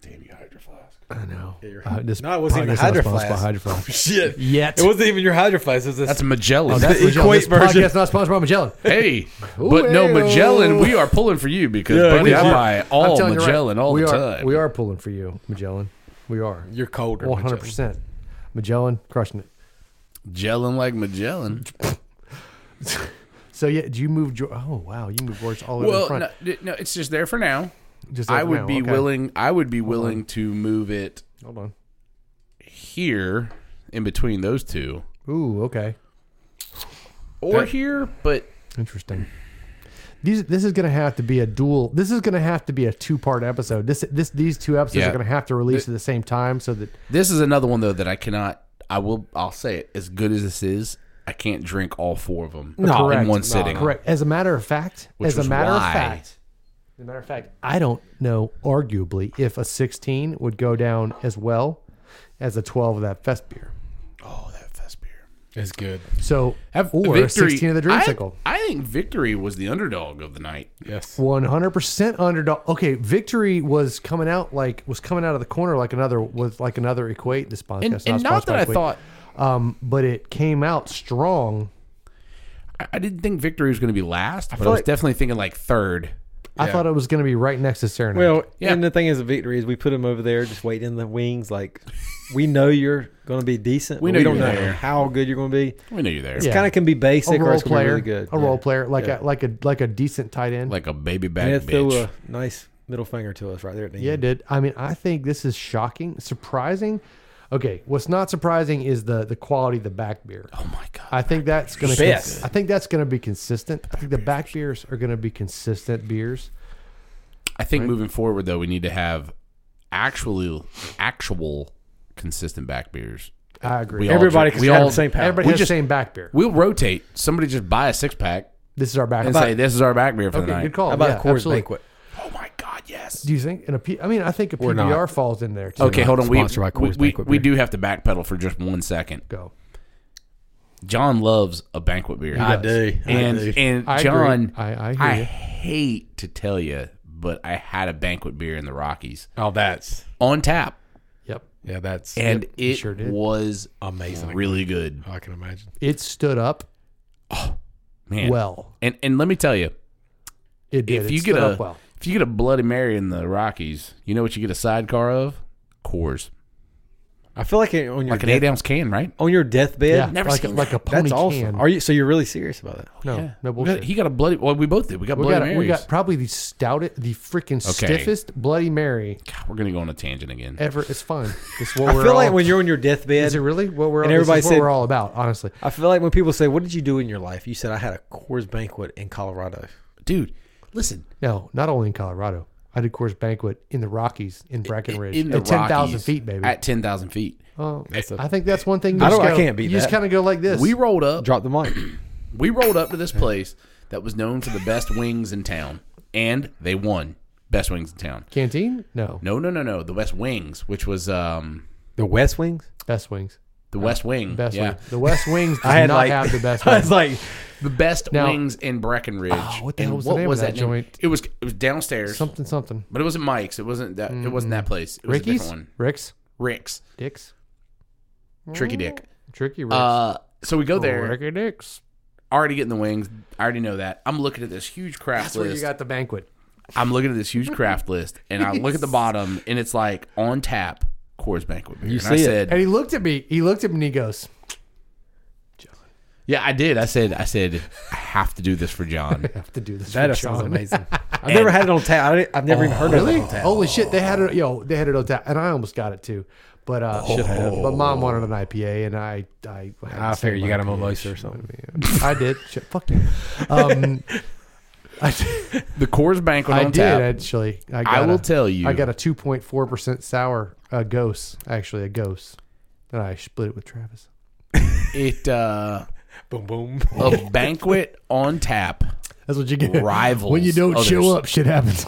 [SPEAKER 2] Damn you, Hydro Flask.
[SPEAKER 1] I know.
[SPEAKER 5] Here.
[SPEAKER 1] Uh, this
[SPEAKER 5] No, it wasn't even
[SPEAKER 1] podcast is not
[SPEAKER 5] Hydro
[SPEAKER 1] sponsored by
[SPEAKER 5] Flask. [LAUGHS]
[SPEAKER 1] Hydro Flask.
[SPEAKER 5] Shit.
[SPEAKER 1] Yet.
[SPEAKER 5] It wasn't even your Hydro Flask. It was this
[SPEAKER 2] That's Magellan.
[SPEAKER 1] Oh, that's
[SPEAKER 5] the
[SPEAKER 1] Magellan. This
[SPEAKER 5] equate version.
[SPEAKER 1] podcast not sponsored by Magellan.
[SPEAKER 2] hey, but no
[SPEAKER 1] Ooh-ay-oh.
[SPEAKER 2] Magellan. We are pulling for you because
[SPEAKER 5] Yeah,
[SPEAKER 2] buddy,
[SPEAKER 5] we
[SPEAKER 2] I
[SPEAKER 5] are.
[SPEAKER 2] buy
[SPEAKER 1] I'm
[SPEAKER 2] all
[SPEAKER 1] telling you right,
[SPEAKER 2] Magellan all
[SPEAKER 1] we
[SPEAKER 2] the
[SPEAKER 1] are,
[SPEAKER 2] time.
[SPEAKER 1] We are pulling for you, Magellan. We are.
[SPEAKER 5] you're colder.
[SPEAKER 1] 100.
[SPEAKER 5] Mitchell.
[SPEAKER 1] percent Magellan crushing it.
[SPEAKER 2] gelling like Magellan.
[SPEAKER 1] So yeah, do you move? Geor- Oh wow, you move words all over the
[SPEAKER 2] Well,
[SPEAKER 1] front.
[SPEAKER 2] no, d- no, it's just there for now.
[SPEAKER 1] Just
[SPEAKER 2] I
[SPEAKER 1] over
[SPEAKER 2] would
[SPEAKER 1] now.
[SPEAKER 2] be
[SPEAKER 1] Okay.
[SPEAKER 2] willing. I would be willing to move it
[SPEAKER 1] Hold on.
[SPEAKER 2] here, in between those two,
[SPEAKER 1] Ooh, okay,
[SPEAKER 2] or
[SPEAKER 5] That-
[SPEAKER 2] here, but
[SPEAKER 1] interesting. These this is gonna have to be a dual. This is gonna have to be a two part episode. This this these two episodes
[SPEAKER 2] Yeah.
[SPEAKER 1] are gonna have to release at the same time so that
[SPEAKER 2] This is another one though that I cannot. I will. I'll say it. As good as this is, I can't drink all four of them
[SPEAKER 1] No,
[SPEAKER 2] in
[SPEAKER 1] correct.
[SPEAKER 2] one
[SPEAKER 1] No,
[SPEAKER 2] sitting.
[SPEAKER 1] correct. As a matter of fact,
[SPEAKER 2] Which
[SPEAKER 1] as a
[SPEAKER 2] was
[SPEAKER 1] matter
[SPEAKER 2] why-
[SPEAKER 1] of fact, as a matter of fact, I don't know arguably if a 16 would go down as well as a 12 of that fest beer.
[SPEAKER 2] Oh, that fest beer.
[SPEAKER 5] It's good.
[SPEAKER 1] So
[SPEAKER 2] Have
[SPEAKER 1] or a 16 of the dreamsicle.
[SPEAKER 2] I, I think victory was the underdog of the night.
[SPEAKER 5] Yes.
[SPEAKER 1] One hundred percent underdog. Okay, victory was coming out like was coming out of the corner like another was like another equate this podcast.
[SPEAKER 2] And, and not
[SPEAKER 1] sponsored
[SPEAKER 2] that
[SPEAKER 1] by
[SPEAKER 2] I
[SPEAKER 1] Equate.
[SPEAKER 2] thought.
[SPEAKER 1] um, but it came out strong.
[SPEAKER 2] I- I didn't think victory was going to be last, but I
[SPEAKER 5] feel
[SPEAKER 2] was
[SPEAKER 5] like-
[SPEAKER 2] definitely thinking like third.
[SPEAKER 1] I thought it was going to be right next to Serenade.
[SPEAKER 3] Well,
[SPEAKER 2] Yeah.
[SPEAKER 3] and the thing is, the victory is we put him over there, just waiting in the wings. Like we know you're going to be decent.
[SPEAKER 2] We
[SPEAKER 3] We,
[SPEAKER 2] know
[SPEAKER 3] we don't
[SPEAKER 2] you're
[SPEAKER 3] know
[SPEAKER 2] there.
[SPEAKER 3] how good you're going to be.
[SPEAKER 2] We knew you there,
[SPEAKER 1] Yeah.
[SPEAKER 3] Kind of can be
[SPEAKER 1] a
[SPEAKER 3] basic or
[SPEAKER 1] role
[SPEAKER 3] it's going to be
[SPEAKER 1] player,
[SPEAKER 3] really good.
[SPEAKER 1] a
[SPEAKER 3] Yeah.
[SPEAKER 1] role player, like
[SPEAKER 3] Yeah.
[SPEAKER 1] a like a like a decent tight end.
[SPEAKER 2] like a baby
[SPEAKER 3] And
[SPEAKER 2] back
[SPEAKER 3] it threw
[SPEAKER 2] bitch.
[SPEAKER 3] a nice middle finger to us right there at the
[SPEAKER 1] yeah, it
[SPEAKER 3] end.
[SPEAKER 1] did. I mean, I think this is shocking, surprising. Okay, what's not surprising is the the quality of the back beer.
[SPEAKER 2] oh my god!
[SPEAKER 1] I think that's going to.
[SPEAKER 3] Best.
[SPEAKER 1] I think that's going to be consistent. I think the back beers are going to be consistent beers.
[SPEAKER 2] I think moving forward though, we need to have actually actual consistent back beers.
[SPEAKER 1] I agree.
[SPEAKER 2] all
[SPEAKER 3] Everybody
[SPEAKER 2] drink-
[SPEAKER 3] can
[SPEAKER 2] we
[SPEAKER 3] have
[SPEAKER 2] all-
[SPEAKER 3] the same palate.
[SPEAKER 1] Everybody
[SPEAKER 2] we
[SPEAKER 1] has
[SPEAKER 2] just-
[SPEAKER 1] the same back beer.
[SPEAKER 2] We'll rotate. Somebody just buy a six pack
[SPEAKER 1] This is our back.
[SPEAKER 2] and
[SPEAKER 1] beer.
[SPEAKER 2] say this is our back beer for the
[SPEAKER 1] okay,
[SPEAKER 2] night.
[SPEAKER 1] good call.
[SPEAKER 3] How about
[SPEAKER 1] yeah,
[SPEAKER 3] a Coors
[SPEAKER 1] absolutely.
[SPEAKER 3] Banquet?
[SPEAKER 2] Oh my god, yes.
[SPEAKER 1] Do you think? And a P, I mean, I think a
[SPEAKER 5] We're not.
[SPEAKER 1] PBR falls in there too.
[SPEAKER 2] okay, hold on. We
[SPEAKER 5] Sponsored by
[SPEAKER 2] we,
[SPEAKER 5] Coors
[SPEAKER 2] we,
[SPEAKER 5] Banquet
[SPEAKER 2] we
[SPEAKER 5] beer.
[SPEAKER 2] do have to backpedal for just one second.
[SPEAKER 1] go.
[SPEAKER 2] John loves a banquet beer,
[SPEAKER 5] I do. I
[SPEAKER 2] and
[SPEAKER 5] do.
[SPEAKER 2] and
[SPEAKER 1] I agree.
[SPEAKER 2] John,
[SPEAKER 1] I- I hear
[SPEAKER 2] I
[SPEAKER 1] you.
[SPEAKER 2] hate to tell you, but I had a banquet beer in the Rockies
[SPEAKER 5] Oh, that's
[SPEAKER 2] on tap,
[SPEAKER 1] Yep.
[SPEAKER 5] yeah, that's
[SPEAKER 2] and
[SPEAKER 1] you
[SPEAKER 2] it
[SPEAKER 1] sure did.
[SPEAKER 2] was
[SPEAKER 5] amazing.
[SPEAKER 2] really good,
[SPEAKER 5] I can imagine.
[SPEAKER 1] It stood up
[SPEAKER 2] man.
[SPEAKER 1] well.
[SPEAKER 2] and and let me tell you,
[SPEAKER 1] It did.
[SPEAKER 2] if
[SPEAKER 1] it
[SPEAKER 2] you
[SPEAKER 1] stood
[SPEAKER 2] get a
[SPEAKER 1] up well,
[SPEAKER 2] if you get a Bloody Mary in the Rockies, you know what you get a sidecar of? Coors,
[SPEAKER 3] I feel like on your
[SPEAKER 2] like an
[SPEAKER 3] death-
[SPEAKER 2] eight ounce can, right?
[SPEAKER 3] on your deathbed,
[SPEAKER 1] yeah,
[SPEAKER 2] never
[SPEAKER 1] like a,
[SPEAKER 2] seen
[SPEAKER 1] like a pony
[SPEAKER 3] that's awesome.
[SPEAKER 1] can.
[SPEAKER 3] Are you so you're really serious about that?
[SPEAKER 1] no,
[SPEAKER 2] Yeah.
[SPEAKER 1] no
[SPEAKER 2] We got-
[SPEAKER 1] bullshit.
[SPEAKER 2] He got a bloody. Well, we both did. We got
[SPEAKER 1] we
[SPEAKER 2] bloody
[SPEAKER 1] got, we
[SPEAKER 2] Marys.
[SPEAKER 1] got probably the stoutest, the freaking stiffest Bloody Mary
[SPEAKER 2] God, we're gonna go on a tangent again.
[SPEAKER 1] ever. It's
[SPEAKER 2] [LAUGHS]
[SPEAKER 1] fun. It's what we're
[SPEAKER 3] I feel
[SPEAKER 1] all,
[SPEAKER 3] like when you're on your deathbed,
[SPEAKER 1] is it really what we're
[SPEAKER 3] and
[SPEAKER 1] all, this is
[SPEAKER 3] everybody
[SPEAKER 1] what
[SPEAKER 3] said-
[SPEAKER 1] we're all about. Honestly,
[SPEAKER 3] I feel like when people say, "What did you do in your life?" You said, "I had a Coors banquet in Colorado."
[SPEAKER 2] dude. Listen,
[SPEAKER 1] no, not only in Colorado. I did Coors Banquet in the Rockies in Brackenridge
[SPEAKER 2] in the
[SPEAKER 1] at ten thousand
[SPEAKER 2] Rockies,
[SPEAKER 1] feet, baby.
[SPEAKER 2] At ten thousand feet,
[SPEAKER 1] oh,
[SPEAKER 5] That's a-
[SPEAKER 1] I think that's one thing. You
[SPEAKER 3] I
[SPEAKER 1] just
[SPEAKER 3] don't- I
[SPEAKER 1] Go,
[SPEAKER 3] can't beat
[SPEAKER 1] You just
[SPEAKER 3] that.
[SPEAKER 1] kind of go like this.
[SPEAKER 2] we rolled up.
[SPEAKER 3] Drop the mic.
[SPEAKER 2] We rolled up to this place that was known for the best wings in town, and they won best wings in town.
[SPEAKER 1] canteen? No,
[SPEAKER 2] No, no, no, no. The West Wings, which was um
[SPEAKER 3] the West Wings.
[SPEAKER 1] best wings.
[SPEAKER 2] the West Wing,
[SPEAKER 1] Oh, Best
[SPEAKER 2] yeah,
[SPEAKER 1] wings. The West Wings does
[SPEAKER 3] I had
[SPEAKER 1] not
[SPEAKER 3] like
[SPEAKER 1] have the
[SPEAKER 3] [LAUGHS]
[SPEAKER 1] best
[SPEAKER 3] I
[SPEAKER 1] wings.
[SPEAKER 3] was like,
[SPEAKER 2] the best
[SPEAKER 1] Now-
[SPEAKER 2] wings in Breckenridge.
[SPEAKER 1] Oh, what the
[SPEAKER 2] And
[SPEAKER 1] hell was the name of that
[SPEAKER 2] name?
[SPEAKER 1] joint?
[SPEAKER 2] It was it was downstairs,
[SPEAKER 1] something, something.
[SPEAKER 2] but it wasn't Mike's. It wasn't that. It wasn't that place. It was a
[SPEAKER 1] Mm. Ricky's?
[SPEAKER 2] different one.
[SPEAKER 1] Rick's?
[SPEAKER 2] Rick's,
[SPEAKER 1] Dick's?
[SPEAKER 2] Tricky Dick.
[SPEAKER 1] Tricky Mm. Rick's.
[SPEAKER 2] Uh, so we go there.
[SPEAKER 1] Ricky Dick's.
[SPEAKER 2] Already getting the wings. I already know that. I'm looking at this huge craft
[SPEAKER 1] That's
[SPEAKER 2] list.
[SPEAKER 1] where you got the banquet.
[SPEAKER 2] I'm looking at this
[SPEAKER 1] [LAUGHS]
[SPEAKER 2] huge craft list, and I look at the bottom, and it's like on tap Coors Banquet beer.
[SPEAKER 3] You
[SPEAKER 2] and
[SPEAKER 3] see
[SPEAKER 2] I
[SPEAKER 3] it.
[SPEAKER 2] said,
[SPEAKER 1] And he looked at me. He looked at me and he goes,
[SPEAKER 2] "Yeah, I did." I said, "I said I have to do this
[SPEAKER 1] [LAUGHS]
[SPEAKER 2] for John."
[SPEAKER 1] I have to do this.
[SPEAKER 3] "That
[SPEAKER 1] for
[SPEAKER 3] sounds
[SPEAKER 1] John."
[SPEAKER 3] [LAUGHS] amazing." I've never had it on tap. I didn't- I've never even heard of it
[SPEAKER 1] [LAUGHS] Really?
[SPEAKER 3] on tap.
[SPEAKER 1] Holy shit. They had it. Yo, they had it on tap. And I almost got it too. But uh, but mom wanted an IPA, and I I [LAUGHS]
[SPEAKER 3] Ah, I figured you got a mimosa or
[SPEAKER 1] something. I did. Shit, fuck you. Um, I,
[SPEAKER 2] The Coors Banquet
[SPEAKER 1] I
[SPEAKER 2] on
[SPEAKER 1] did
[SPEAKER 2] tap.
[SPEAKER 1] actually. I, got
[SPEAKER 2] I will
[SPEAKER 1] a-
[SPEAKER 2] tell you.
[SPEAKER 1] I got a 2.4% sour uh, ghost, actually, a ghost. And I split it with Travis.
[SPEAKER 2] it. Uh,
[SPEAKER 3] [LAUGHS] Boom, boom.
[SPEAKER 2] a banquet on tap.
[SPEAKER 1] That's what you get. [LAUGHS]
[SPEAKER 2] Rivals
[SPEAKER 1] When you don't show
[SPEAKER 2] others.
[SPEAKER 1] up, shit
[SPEAKER 2] [LAUGHS]
[SPEAKER 1] happens.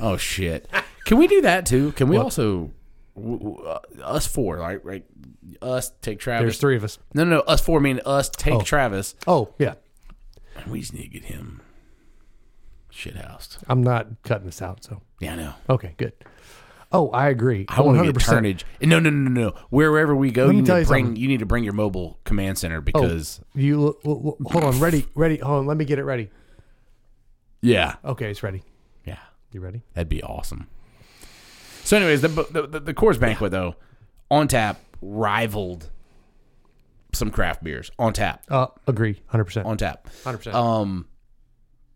[SPEAKER 2] Oh shit! Can we do that too? Can we also w- w- uh, us four, right? Right? Us take
[SPEAKER 1] There's
[SPEAKER 2] Travis.
[SPEAKER 1] three of us.
[SPEAKER 2] No, no, no, us four. I mean us take
[SPEAKER 1] Oh.
[SPEAKER 2] Travis.
[SPEAKER 1] Oh, yeah.
[SPEAKER 2] We just need to get him shit housed.
[SPEAKER 1] I'm not cutting this out, so.
[SPEAKER 2] Yeah, I know.
[SPEAKER 1] Okay, good. Oh, I agree.
[SPEAKER 2] I want to get
[SPEAKER 1] 100%.
[SPEAKER 2] turnage. No, no, no, no, no. Wherever we go,
[SPEAKER 1] Let me
[SPEAKER 2] you need,
[SPEAKER 1] tell
[SPEAKER 2] to
[SPEAKER 1] you
[SPEAKER 2] bring,
[SPEAKER 1] something. Oh.
[SPEAKER 2] you need to bring your mobile command center because
[SPEAKER 1] You w- w- hold on, ready, ready. Hold on, let me get it ready.
[SPEAKER 2] yeah,
[SPEAKER 1] Okay, it's ready.
[SPEAKER 2] yeah,
[SPEAKER 1] You ready?
[SPEAKER 2] that'd be awesome. So, anyways, the the, the, the Coors banquet though on tap rivaled some craft beers on tap.
[SPEAKER 1] Uh, agree, hundred percent,
[SPEAKER 2] on tap.
[SPEAKER 1] hundred percent.
[SPEAKER 2] Um,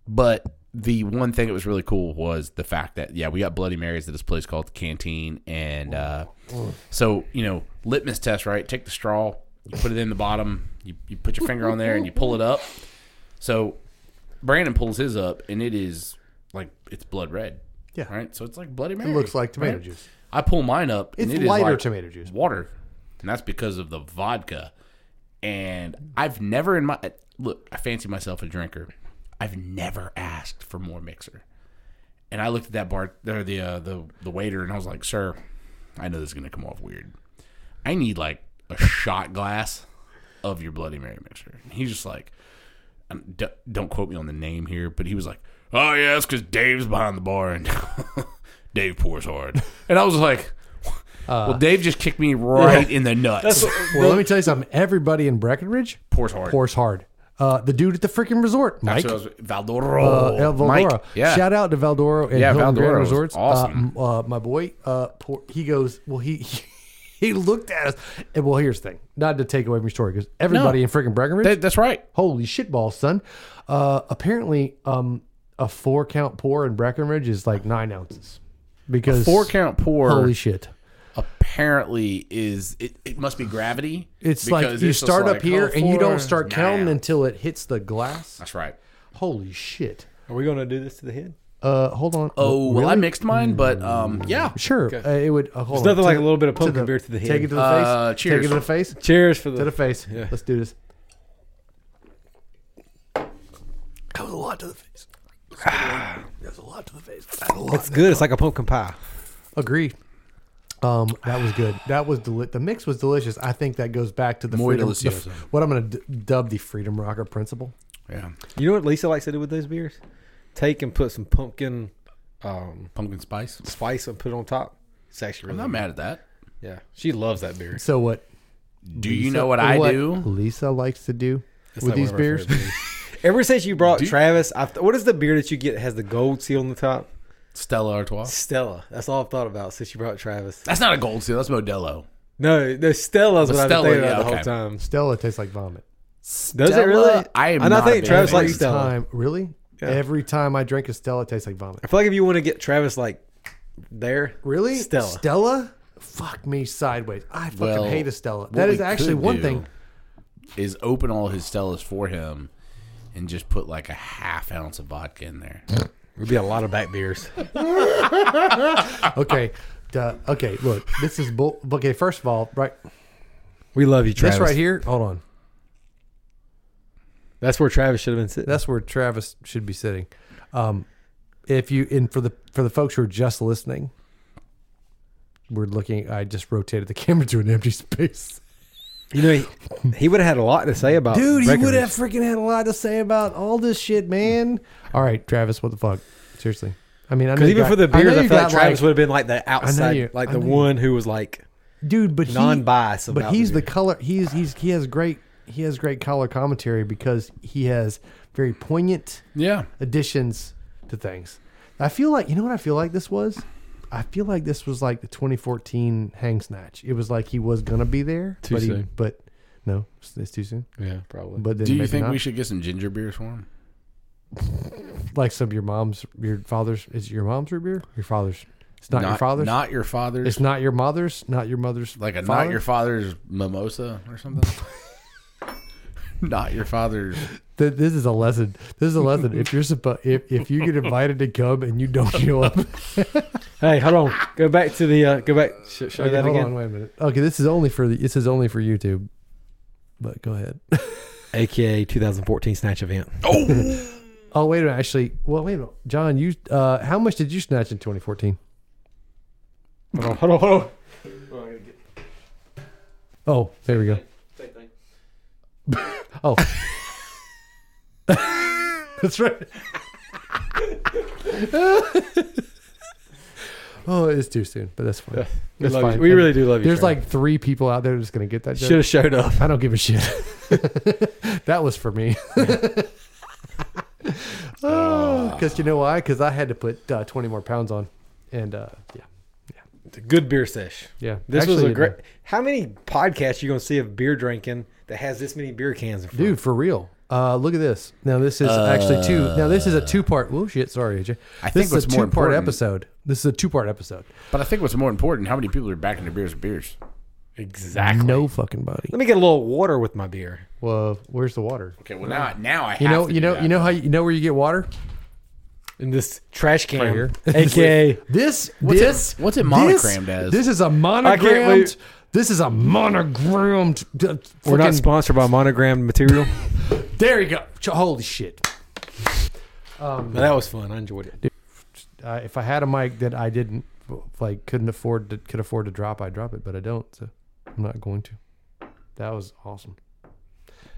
[SPEAKER 2] but the one thing that was really cool was the fact that yeah, we got Bloody Marys at this place called the Canteen, and uh, so you know litmus test, right? Take the straw, you put it in the bottom, you you put your finger on there, and you pull it up. So Brandon pulls his up, and it is like it's blood red.
[SPEAKER 1] Yeah.
[SPEAKER 2] Right. So it's like Bloody Mary.
[SPEAKER 1] It looks like tomato
[SPEAKER 2] right?
[SPEAKER 1] juice.
[SPEAKER 2] I pull mine up.
[SPEAKER 1] It's
[SPEAKER 2] it is
[SPEAKER 1] lighter
[SPEAKER 2] like
[SPEAKER 1] tomato juice.
[SPEAKER 2] Water. And that's because of the vodka. And I've never in my look, I fancy myself a drinker. I've never asked for more mixer. And I looked at that bar there the uh, the the waiter and I was like, "Sir, I know this is going to come off weird. I need like a shot glass of your bloody mary mixer." And he's just like, and d- don't quote me on the name here, but he was like, "Oh yeah, it's because Dave's behind the bar and [LAUGHS] Dave pours hard," and I was like,
[SPEAKER 1] Uh,
[SPEAKER 2] "Well, Dave just kicked me right in the nuts."
[SPEAKER 1] Well, let me tell you something. Everybody in Breckenridge
[SPEAKER 2] pours hard.
[SPEAKER 1] pours hard. Uh, the dude at the freaking resort, Mike.
[SPEAKER 2] That's what I was,
[SPEAKER 1] Uh,
[SPEAKER 2] Valdoro,
[SPEAKER 1] El
[SPEAKER 2] Oh, Mike,
[SPEAKER 1] Valdora.
[SPEAKER 2] yeah,
[SPEAKER 1] Shout out to Valdoro and
[SPEAKER 2] Yeah,
[SPEAKER 1] Hilton Grand
[SPEAKER 2] Valdoro was
[SPEAKER 1] Resorts.
[SPEAKER 2] awesome.
[SPEAKER 1] Uh, m- uh, my boy, uh, poor, he goes, well, he, [LAUGHS] he looked at us. And well, here's the thing. Not to take away from your story, because everybody in freaking Breckenridge,
[SPEAKER 2] That- that's right.
[SPEAKER 1] holy shit balls, son. Uh, apparently, um, a four count pour in Breckenridge is like nine ounces. Because
[SPEAKER 2] Four count pour
[SPEAKER 1] holy shit.
[SPEAKER 2] apparently is it, it must be gravity.
[SPEAKER 1] It's like
[SPEAKER 2] because
[SPEAKER 1] you
[SPEAKER 2] it's just
[SPEAKER 1] start
[SPEAKER 2] like,
[SPEAKER 1] up here
[SPEAKER 2] oh,
[SPEAKER 1] and you
[SPEAKER 2] four,
[SPEAKER 1] don't start
[SPEAKER 2] nine
[SPEAKER 1] counting
[SPEAKER 2] ounce.
[SPEAKER 1] until it hits the glass.
[SPEAKER 2] That's right.
[SPEAKER 1] Holy shit.
[SPEAKER 3] Are we going to do this to the head?
[SPEAKER 1] Uh, hold on.
[SPEAKER 2] Oh well, I
[SPEAKER 1] Really?
[SPEAKER 2] mixed mine, but um, yeah.
[SPEAKER 1] Sure, uh, it would. Uh, hold
[SPEAKER 3] It's
[SPEAKER 1] on.
[SPEAKER 3] nothing
[SPEAKER 1] To
[SPEAKER 3] like a
[SPEAKER 1] the-
[SPEAKER 3] little bit of
[SPEAKER 1] to
[SPEAKER 3] pumpkin beer to the head.
[SPEAKER 1] Take it to the
[SPEAKER 2] Uh,
[SPEAKER 1] face.
[SPEAKER 2] cheers.
[SPEAKER 1] Take it to the face.
[SPEAKER 3] Cheers for
[SPEAKER 1] To the
[SPEAKER 3] the.
[SPEAKER 1] face. Let's do this. That was a lot to the face.
[SPEAKER 3] Ah.
[SPEAKER 1] That's a lot to the face. That was a lot.
[SPEAKER 6] It's good. It's like a pumpkin pie.
[SPEAKER 1] Agree. Um, that was good. That was deli- the mix was delicious. I think that goes back to the
[SPEAKER 2] Muy
[SPEAKER 1] freedom. the
[SPEAKER 2] delicioso.
[SPEAKER 1] f- what I'm going to d- dub the freedom rocker principle.
[SPEAKER 2] Yeah.
[SPEAKER 6] You know what Lisa likes to do with those beers?
[SPEAKER 3] Take and put some pumpkin um,
[SPEAKER 2] Pumpkin spice.
[SPEAKER 3] spice and put it on top. It's actually
[SPEAKER 2] I'm
[SPEAKER 3] really.
[SPEAKER 2] not mad at that.
[SPEAKER 3] Yeah, she loves that beer.
[SPEAKER 1] So what?
[SPEAKER 2] Do you know what I do?
[SPEAKER 1] Lisa likes to do with
[SPEAKER 3] like
[SPEAKER 1] these
[SPEAKER 3] one of our
[SPEAKER 1] beers.
[SPEAKER 3] favorite Ever since you brought Travis, I've th- what is the beer that you get that has the gold seal on the top?
[SPEAKER 2] Stella Artois.
[SPEAKER 3] Stella. That's all I've thought about since you brought Travis.
[SPEAKER 2] That's not a gold seal. That's Modelo.
[SPEAKER 3] No, no Stella's
[SPEAKER 2] But
[SPEAKER 3] what
[SPEAKER 2] Stella,
[SPEAKER 3] I've been thinking
[SPEAKER 2] yeah,
[SPEAKER 3] about the
[SPEAKER 2] okay.
[SPEAKER 3] whole time.
[SPEAKER 1] Stella tastes like vomit.
[SPEAKER 2] Does
[SPEAKER 3] it really?
[SPEAKER 2] I am
[SPEAKER 3] And I
[SPEAKER 2] not. a
[SPEAKER 3] think
[SPEAKER 2] big
[SPEAKER 3] Travis
[SPEAKER 2] fan.
[SPEAKER 3] likes
[SPEAKER 1] Every
[SPEAKER 3] Stella.
[SPEAKER 1] time, really. Every time I drink a Stella, it tastes like vomit.
[SPEAKER 3] I feel like if you want to get Travis like there,
[SPEAKER 1] Really?
[SPEAKER 3] Stella.
[SPEAKER 1] Stella? Fuck me sideways. I fucking
[SPEAKER 2] Well,
[SPEAKER 1] hate a Stella.
[SPEAKER 2] what
[SPEAKER 1] That
[SPEAKER 2] we
[SPEAKER 1] is actually
[SPEAKER 2] could
[SPEAKER 1] one
[SPEAKER 2] do
[SPEAKER 1] thing.
[SPEAKER 2] Is open all his Stellas for him, and just put like a half ounce of vodka in there.
[SPEAKER 3] would be a lot of back beers.
[SPEAKER 1] Okay. Duh. okay, look. This is bull. Okay, first of all, right.
[SPEAKER 3] we love you, Travis.
[SPEAKER 1] This right here. Hold on.
[SPEAKER 3] That's where Travis should have been sitting.
[SPEAKER 1] That's where Travis should be sitting. Um, if you and for the for the folks who are just listening, we're looking. I just rotated the [LAUGHS] camera to an empty space.
[SPEAKER 3] You know, he, he would have had a lot to say about.
[SPEAKER 1] Dude, he would
[SPEAKER 3] Breckenridge.
[SPEAKER 1] have freaking had a lot to say about all this shit, man. All right, Travis, what the fuck? Seriously. I mean, I know
[SPEAKER 3] Because
[SPEAKER 1] you
[SPEAKER 3] even
[SPEAKER 1] got-
[SPEAKER 3] for the
[SPEAKER 1] I know
[SPEAKER 3] beers, I,
[SPEAKER 1] you
[SPEAKER 3] feel
[SPEAKER 1] got,
[SPEAKER 3] like Travis would have been like the outside,
[SPEAKER 1] you-
[SPEAKER 3] like
[SPEAKER 1] I
[SPEAKER 3] the
[SPEAKER 1] know you-
[SPEAKER 3] one who was like
[SPEAKER 1] dude but he-
[SPEAKER 3] Non-biased
[SPEAKER 1] but
[SPEAKER 3] about
[SPEAKER 1] he's
[SPEAKER 3] the
[SPEAKER 1] the
[SPEAKER 3] beer.
[SPEAKER 1] color he's he's he has great he has great color commentary because he has very poignant
[SPEAKER 2] Yeah.
[SPEAKER 1] additions to things i feel like you know what i feel like this was i feel like this was like the 2014 hang snatch it was like he was gonna be there
[SPEAKER 3] Too
[SPEAKER 1] but he
[SPEAKER 3] soon.
[SPEAKER 1] but no it's, it's too soon
[SPEAKER 3] yeah, probably.
[SPEAKER 1] but then
[SPEAKER 2] Do you
[SPEAKER 1] maybe
[SPEAKER 2] think
[SPEAKER 1] not.
[SPEAKER 2] we should get some ginger beers for him?
[SPEAKER 1] like some of your mom's your father's is it your mom's root beer your father's it's not, your father's
[SPEAKER 2] Not your father's.
[SPEAKER 1] it's not your mother's not your mother's
[SPEAKER 2] like a
[SPEAKER 1] father?
[SPEAKER 2] not your father's mimosa or something. [LAUGHS] Not your father's.
[SPEAKER 1] Th- This is a lesson. This is a lesson. If you're supposed, if, if you get invited to come and you don't show up,
[SPEAKER 3] Hey, hold on. Go back to the. Uh, go back. Sh- show
[SPEAKER 1] Okay,
[SPEAKER 3] that
[SPEAKER 1] hold
[SPEAKER 3] again.
[SPEAKER 1] on, wait a minute. Okay, this is only for the, this is only for YouTube. But go ahead.
[SPEAKER 3] AKA 2014 snatch event.
[SPEAKER 1] Oh wait a minute. Actually, well wait a minute. John, you uh, how much did you snatch in 2014?
[SPEAKER 3] Hold on. Hold on. Hold on.
[SPEAKER 1] Oh, there we go. oh,
[SPEAKER 3] [LAUGHS]
[SPEAKER 1] that's right. [LAUGHS] oh, it's too soon, but that's fine.
[SPEAKER 3] We,
[SPEAKER 1] That's
[SPEAKER 3] love you.
[SPEAKER 1] fine.
[SPEAKER 3] we really do love you.
[SPEAKER 1] There's like three people out there that's gonna get that.
[SPEAKER 3] should
[SPEAKER 1] Joke.
[SPEAKER 3] have showed up.
[SPEAKER 1] I don't give a shit. [LAUGHS] that was for me. [LAUGHS] Because Oh, you know why? Because I had to put uh, 20 more pounds on, and uh, yeah,
[SPEAKER 3] Good beer sesh.
[SPEAKER 1] yeah.
[SPEAKER 3] This was
[SPEAKER 1] Actually,
[SPEAKER 3] a great. uh, How many podcasts you gonna see of beer drinking that has this many beer cans? In front?
[SPEAKER 1] Dude, for real. Uh, look at this. Now this is actually two. Now this is a two-part. Oh shit! Sorry, AJ.
[SPEAKER 2] I
[SPEAKER 1] this
[SPEAKER 2] think
[SPEAKER 1] is a
[SPEAKER 2] what's more
[SPEAKER 1] two-part
[SPEAKER 2] important-
[SPEAKER 1] episode. This is a two-part episode.
[SPEAKER 2] But I think what's more important, how many people are backing their beers with beers?
[SPEAKER 3] Exactly.
[SPEAKER 1] No fucking body.
[SPEAKER 3] Let me get a little water with my beer.
[SPEAKER 1] Well, where's the water?
[SPEAKER 2] Okay, well now, now I have
[SPEAKER 1] You know,
[SPEAKER 2] to
[SPEAKER 1] you
[SPEAKER 2] do
[SPEAKER 1] know,
[SPEAKER 2] that.
[SPEAKER 1] you know how you know where you get water?
[SPEAKER 3] In this trash can.
[SPEAKER 1] Right
[SPEAKER 3] [LAUGHS]
[SPEAKER 1] here.
[SPEAKER 3] AKA.
[SPEAKER 1] This,
[SPEAKER 2] What's it-
[SPEAKER 1] this,
[SPEAKER 2] what's it
[SPEAKER 1] this-
[SPEAKER 2] monogrammed as?
[SPEAKER 1] This is a monogrammed.
[SPEAKER 3] wait.
[SPEAKER 1] This is a monogrammed. uh,
[SPEAKER 3] We're not
[SPEAKER 1] fucking-
[SPEAKER 3] sponsored by monogrammed material.
[SPEAKER 1] There you go. Ch- Holy shit!
[SPEAKER 3] but [LAUGHS] that was fun. I enjoyed it.
[SPEAKER 1] Uh, if I had a mic that I didn't like, couldn't afford to could afford to drop, I'd drop it, but I don't, so I'm not going to. That was awesome.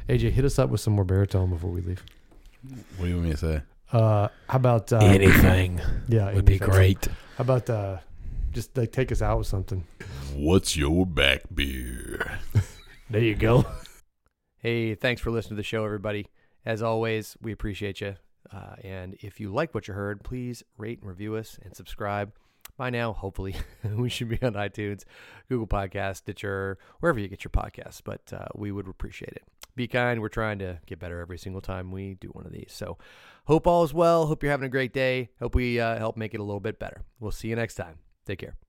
[SPEAKER 1] AJ, hit us up with some more baritone before we leave.
[SPEAKER 2] What do you want me to say?
[SPEAKER 1] Uh, how about uh,
[SPEAKER 3] Anything
[SPEAKER 1] yeah,
[SPEAKER 3] would be
[SPEAKER 1] anything.
[SPEAKER 3] great.
[SPEAKER 1] How about uh, just like take us out with something?
[SPEAKER 2] What's your back beer?
[SPEAKER 1] There you go.
[SPEAKER 7] Hey, thanks for listening to the show, everybody. As always, we appreciate you. Uh, and if you like what you heard, please rate and review us and subscribe. By now, hopefully, [LAUGHS] we should be on iTunes, Google Podcasts, Stitcher, wherever you get your podcasts. But uh, we would appreciate it. Be kind. We're trying to get better every single time we do one of these. So, hope all is well. Hope you're having a great day. Hope we uh, help make it a little bit better. We'll see you next time. Take care.